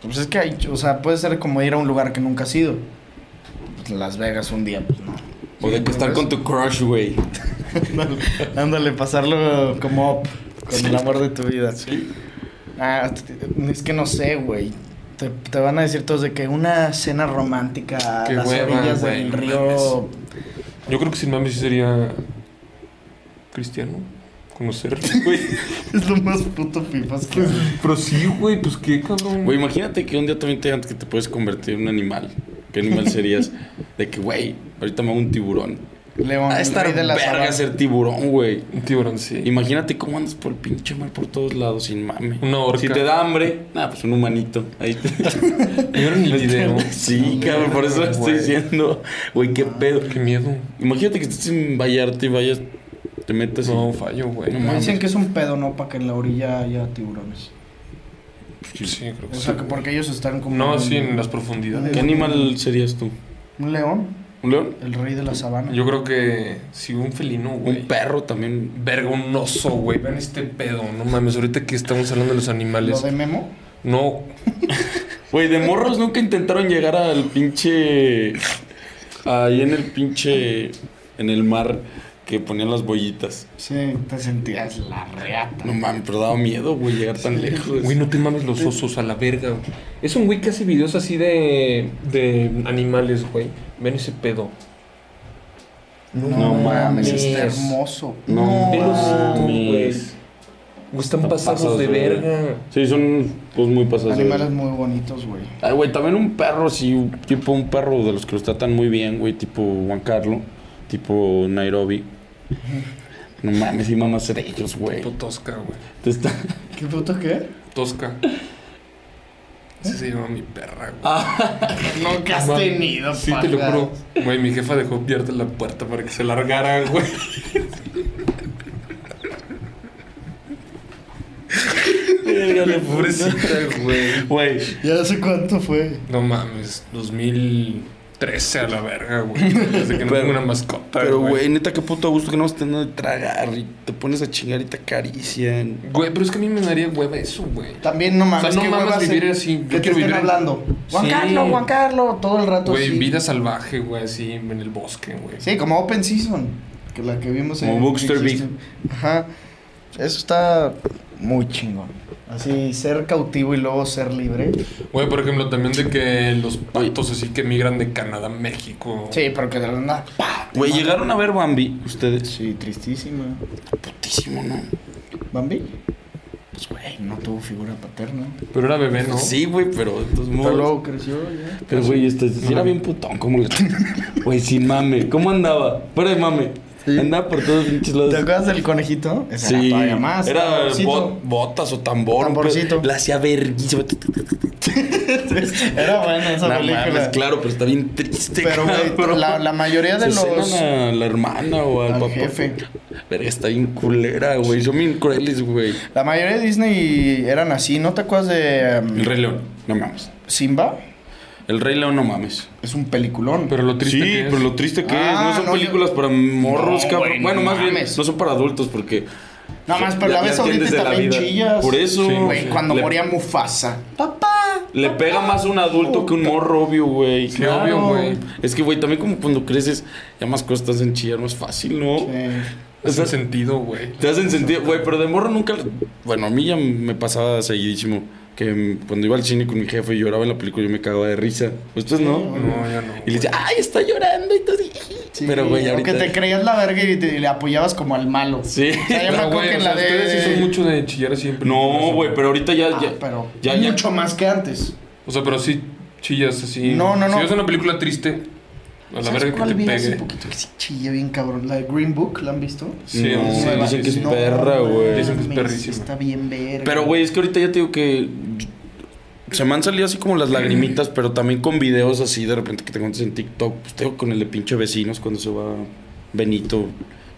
Speaker 2: Pues es que hay. O sea, puede ser como ir a un lugar que nunca has ido. Pues Las Vegas un día, pues no.
Speaker 4: O de que estar con tu crush, güey.
Speaker 2: Ándale, ándale, pasarlo como up, con el amor de tu vida. Ah, t- t- es que no sé, güey. Te, te van a decir todos de que una cena romántica a
Speaker 3: Qué
Speaker 2: las
Speaker 3: hueva,
Speaker 2: orillas
Speaker 3: güey,
Speaker 2: del
Speaker 3: no
Speaker 2: río.
Speaker 3: Yo creo que sin mames sí sería cristiano. Conocerlo, güey.
Speaker 2: Es lo más puto pipas que.
Speaker 3: Pero sí, güey, pues qué cabrón.
Speaker 4: Güey, imagínate que un día también te digan que te puedes convertir en un animal. ¿Qué animal serías? De que, güey, ahorita me hago un tiburón.
Speaker 2: León,
Speaker 4: Va
Speaker 2: Ah,
Speaker 4: a
Speaker 2: el
Speaker 4: estar
Speaker 2: rey de la
Speaker 4: verga
Speaker 2: sabana.
Speaker 4: ser tiburón, güey.
Speaker 3: un tiburón, sí.
Speaker 4: Imagínate cómo andas por el pinche mar por todos lados sin mame.
Speaker 3: Una orca.
Speaker 4: Si te da hambre, nada, pues un humanito. Ahí te...
Speaker 3: ¿Vieron el video?
Speaker 4: Sí, cabrón, por eso lo estoy
Speaker 3: Güey.
Speaker 4: diciendo. Güey, qué pedo.
Speaker 3: Qué miedo.
Speaker 4: Imagínate que estés en Vallarta y vayas, te metas y-
Speaker 3: No, fallo, güey.
Speaker 4: No mames.
Speaker 2: Dicen que es un pedo, ¿no? Para que en la orilla haya tiburones.
Speaker 4: pues,
Speaker 3: Sí, creo que
Speaker 2: O
Speaker 3: sí.
Speaker 2: sea, que porque ellos están como.
Speaker 3: No,
Speaker 2: en-
Speaker 3: sí, en las profundidades.
Speaker 4: ¿Qué animal serías tú?
Speaker 2: Un león,
Speaker 4: ¿Un león?
Speaker 2: el rey de la sabana.
Speaker 3: Yo creo que sí, un felino, güey.
Speaker 4: Un perro también.
Speaker 3: Verga, un oso, güey. Vean este pedo. No mames, ahorita que estamos hablando de los
Speaker 2: Lo
Speaker 3: animales.
Speaker 2: de Memo.
Speaker 3: No,
Speaker 4: Güey, de morros nunca intentaron llegar al pinche. Ahí en el pinche. En el mar que ponían las boyitas.
Speaker 2: Sí, te sentías la reata.
Speaker 4: No mames, pero daba miedo, güey, llegar tan lejos.
Speaker 3: Güey, no te mames los osos a la verga, güey. Es un güey que hace videos así de, de animales, güey. Ven ese pedo.
Speaker 2: No, Este
Speaker 4: No mames.
Speaker 2: está hermoso.
Speaker 4: No
Speaker 3: Ven los
Speaker 4: mames.
Speaker 3: osos, güey. Güey, están
Speaker 4: Están
Speaker 3: pasados
Speaker 4: pasados
Speaker 3: de
Speaker 4: de
Speaker 3: verga.
Speaker 4: Sí, son pues muy pasados. de
Speaker 2: Animales
Speaker 4: verga.
Speaker 2: muy bonitos, güey.
Speaker 4: Ay, güey, también un perro, sí, un- tipo un perro de los que los tratan muy bien, güey, tipo Juan Carlos, tipo Nairobi. No mames, y mamás ser ellos, güey.
Speaker 3: Tipo tosca, güey.
Speaker 4: Te está-
Speaker 2: ¿Qué puto qué?
Speaker 3: Tosca. Sí se llama mi perra,
Speaker 4: Ah,
Speaker 3: güey.
Speaker 2: Nunca has
Speaker 3: Mam-
Speaker 2: tenido,
Speaker 3: Sí, te lo
Speaker 2: paja.
Speaker 3: juro. Güey, mi jefa dejó abierta la puerta para que se largara, güey.
Speaker 4: Verga,
Speaker 3: Pobrecita, güey.
Speaker 4: Güey,
Speaker 2: Ya sé cuánto fue.
Speaker 3: No mames, 2008, 13 a la verga, güey. Desde que no
Speaker 4: Pero-
Speaker 3: tengo una mascota,
Speaker 4: Pero, güey, neta, qué puto gusto que no vas teniendo de tragar y te pones a chingar y te acarician.
Speaker 3: Güey, pero es que a mí me daría hueva eso, güey.
Speaker 2: También no mames.
Speaker 3: O sea, no
Speaker 2: qué
Speaker 3: mames
Speaker 2: hueva
Speaker 3: vivir
Speaker 2: hacer
Speaker 3: así. Yo
Speaker 2: Que te
Speaker 3: quiero
Speaker 2: estén
Speaker 3: vivir-
Speaker 2: hablando. Juan
Speaker 3: Sí.
Speaker 2: Carlos, Juan Carlos, todo el rato
Speaker 3: Güey,
Speaker 2: así.
Speaker 3: vida salvaje, güey, así en el bosque, güey.
Speaker 2: Sí, como Open Season, que la que vimos
Speaker 4: Como Bookster
Speaker 2: existe. Ajá. Eso está muy chingón. Así, ser cautivo y luego ser libre.
Speaker 3: Güey, por ejemplo, también de que los patos así que migran de Canadá a México.
Speaker 2: Sí, pero que de la nada. ¡pa! te
Speaker 4: Güey,
Speaker 2: mata.
Speaker 4: llegaron a ver Bambi ustedes.
Speaker 2: Sí, tristísima.
Speaker 4: Putísimo, ¿no?
Speaker 2: ¿Bambi? Pues, güey, no tuvo figura paterna.
Speaker 3: Pero era bebé, ¿no?
Speaker 4: Sí, güey, pero de todos
Speaker 2: Pero
Speaker 4: modos.
Speaker 2: luego creció, ya.
Speaker 4: Pero, güey, este, sí era bien putón, ¿cómo le... Güey, sin mame, ¿cómo andaba? Fuera de mame. Andaba por todos pinches lados.
Speaker 2: ¿Te acuerdas del conejito? Ese
Speaker 4: Sí,
Speaker 2: Era todavía más.
Speaker 4: era
Speaker 2: tamborcito.
Speaker 4: bot- botas o tambor.
Speaker 2: Tamborcito.
Speaker 4: pero La hacía verguísima.
Speaker 2: Era buena esa
Speaker 4: No
Speaker 2: película.
Speaker 4: mames, claro, pero está bien triste.
Speaker 2: Pero, güey,
Speaker 4: cabrón.
Speaker 2: la, la mayoría de
Speaker 4: Se
Speaker 2: los.
Speaker 4: cenan a la hermana o al,
Speaker 2: al
Speaker 4: papá.
Speaker 2: jefe.
Speaker 4: Verga, está bien culera, güey. Son bien crueles, güey.
Speaker 2: La mayoría de Disney eran así. ¿No te acuerdas de em,
Speaker 4: El Rey León, no mames.
Speaker 2: Simba?
Speaker 4: El Rey León, no mames.
Speaker 2: Es un peliculón.
Speaker 3: Pero lo triste
Speaker 4: sí,
Speaker 3: que es.
Speaker 4: pero lo triste que
Speaker 2: Ah,
Speaker 4: es. No son
Speaker 2: no,
Speaker 4: películas para morros,
Speaker 2: No,
Speaker 4: cabrón.
Speaker 2: güey, no
Speaker 4: bueno, más bien,
Speaker 2: mames.
Speaker 4: no son para adultos porque.
Speaker 2: Nada más, pero
Speaker 4: Ya-
Speaker 2: la
Speaker 4: ya
Speaker 2: ves ahorita y
Speaker 4: entiendes de la
Speaker 2: también
Speaker 4: vida.
Speaker 2: chillas.
Speaker 4: Por eso.
Speaker 3: Sí,
Speaker 2: Güey, cuando
Speaker 4: Le-
Speaker 2: moría Mufasa. Papá.
Speaker 4: Le pega más un adulto que un morro, obvio, güey.
Speaker 3: Sí, obvio, güey.
Speaker 4: Es que, güey, también como cuando creces, ya más cosas en chillar, más fácil, ¿no?
Speaker 2: Eh,
Speaker 4: O sea,
Speaker 3: Hace sentido, güey.
Speaker 4: Te hacen sentir, güey, pero de morro nunca. Bueno, a mí ya me pasaba seguidísimo. Que mm, cuando iba al cine con mi jefe y lloraba en la película, yo me cagaba de risa. Ustedes no.
Speaker 3: No, ya no.
Speaker 4: Y le "Ah, decía, ay, está llorando y todo.
Speaker 2: sí,
Speaker 4: pero, güey,
Speaker 2: o
Speaker 4: ahorita.
Speaker 2: que te creías la verga y, te- y le apoyabas como al malo.
Speaker 4: Sí.
Speaker 2: O sea, yo me
Speaker 3: Pero,
Speaker 2: acuerdo
Speaker 3: güey,
Speaker 2: que
Speaker 3: o
Speaker 2: en
Speaker 3: sea,
Speaker 2: la de.
Speaker 3: ustedes sí son mucho de chillar siempre.
Speaker 4: No, güey, pero ahorita ya.
Speaker 2: Ah,
Speaker 4: ya
Speaker 2: pero
Speaker 4: ya, ya-
Speaker 2: mucho más que antes.
Speaker 3: O sea, pero sí chillas así.
Speaker 2: No, no, no.
Speaker 3: Si ves una película triste, a la
Speaker 2: ¿Sabes
Speaker 3: verga
Speaker 2: cuál
Speaker 3: que te
Speaker 2: vi hace
Speaker 3: pegue.
Speaker 2: poquito que sí chilla bien cabrón? La de Green Book, ¿la han visto?
Speaker 3: Sí,
Speaker 4: No,
Speaker 3: sí,
Speaker 4: dicen
Speaker 3: sí,
Speaker 4: que es
Speaker 3: sí.
Speaker 2: No,
Speaker 4: perra, güey.
Speaker 3: Dicen que es
Speaker 2: mames,
Speaker 3: perrísima.
Speaker 2: Está bien verga.
Speaker 4: Pero, güey, es que ahorita ya te digo que. Se me han salido así como las lagrimitas, pero también con videos así de repente que te encuentras en TikTok. Pues tengo con el de pinche vecinos cuando se va Benito.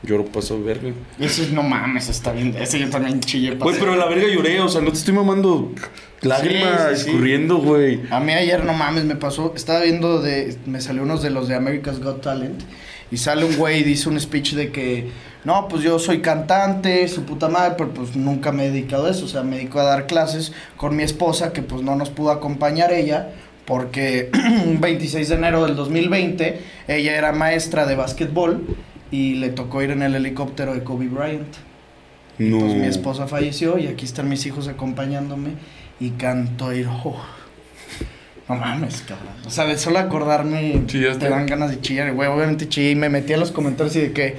Speaker 4: Lloro paso de verga.
Speaker 2: Ese no mames, está bien. Ese yo también chillé.
Speaker 4: Güey,
Speaker 2: pasé.
Speaker 4: pero la verga lloré, o sea, no te estoy mamando
Speaker 2: Sí,
Speaker 4: lágrimas
Speaker 2: sí, sí.
Speaker 4: escurriendo, güey.
Speaker 2: A mí ayer, no mames, me pasó. Estaba viendo de. Me salió unos de los de America's Got Talent. Y sale un güey y dice un speech de que. No, pues yo soy cantante, su puta madre, pero pues nunca me he dedicado a eso. O sea, me dedico a dar clases con mi esposa, que pues no nos pudo acompañar ella. Porque un 26 de enero del 2020, ella era maestra de básquetbol y le tocó ir en el helicóptero de Kobe Bryant.
Speaker 4: No.
Speaker 2: Pues mi esposa falleció y aquí están mis hijos acompañándome y canto y oh, no mames, cabrón. O sea, de solo acordarme
Speaker 3: Chillaste.
Speaker 2: te dan ganas de chillar, y, güey. Obviamente chillé y me metí a los comentarios y de que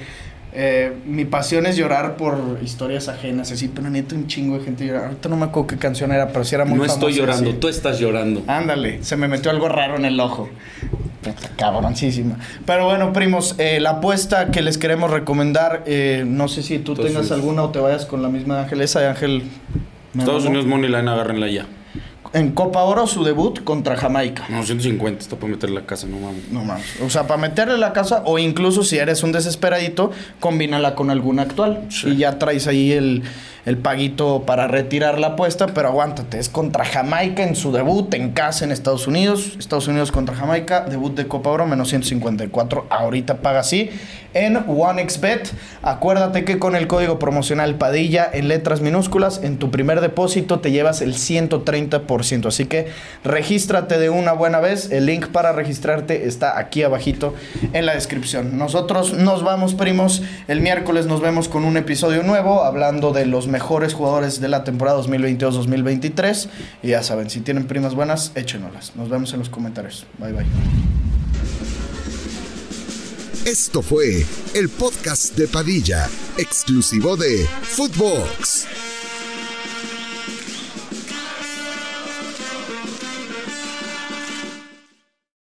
Speaker 2: eh, mi pasión es llorar por historias ajenas, así, pero neta un chingo de gente llorar. Ahorita no me acuerdo qué canción era, pero sí era muy
Speaker 4: No
Speaker 2: famosa,
Speaker 4: estoy llorando,
Speaker 2: sí.
Speaker 4: tú estás llorando.
Speaker 2: Ándale, se me metió algo raro en el ojo. Puta, Cabroncísima. Pero bueno, primos, eh, la apuesta que les queremos recomendar, eh, no sé si tú
Speaker 4: Entonces-
Speaker 2: tengas alguna o te vayas con la misma de Ángel. Esa de Ángel. me
Speaker 4: Estados
Speaker 2: mamó.
Speaker 4: Unidos Money Line, agárrenla ya.
Speaker 2: En Copa Oro, su debut contra Jamaica.
Speaker 4: No, 150, está para meter la casa, no mames.
Speaker 2: No mames. O sea, para meterle la casa, o incluso si eres un desesperadito, combínala con alguna actual.
Speaker 4: Sí.
Speaker 2: Y ya traes ahí el, el paguito para retirar la apuesta, pero aguántate. Es contra Jamaica en su debut en casa en Estados Unidos. Estados Unidos contra Jamaica, debut de Copa Oro, menos 154. Ahorita paga así en OneXBet. Acuérdate que con el código promocional Padilla en letras minúsculas, en tu primer depósito te llevas el 130%. Así que regístrate de una buena vez. El link para registrarte está aquí abajito en la descripción. Nosotros nos vamos, primos. El miércoles nos vemos con un episodio nuevo hablando de los mejores jugadores de la temporada 2022-2023. Y ya saben, si tienen primas buenas, échenolas. Nos vemos en los comentarios. Bye bye.
Speaker 1: Esto fue el podcast de Padilla, exclusivo de Footbox.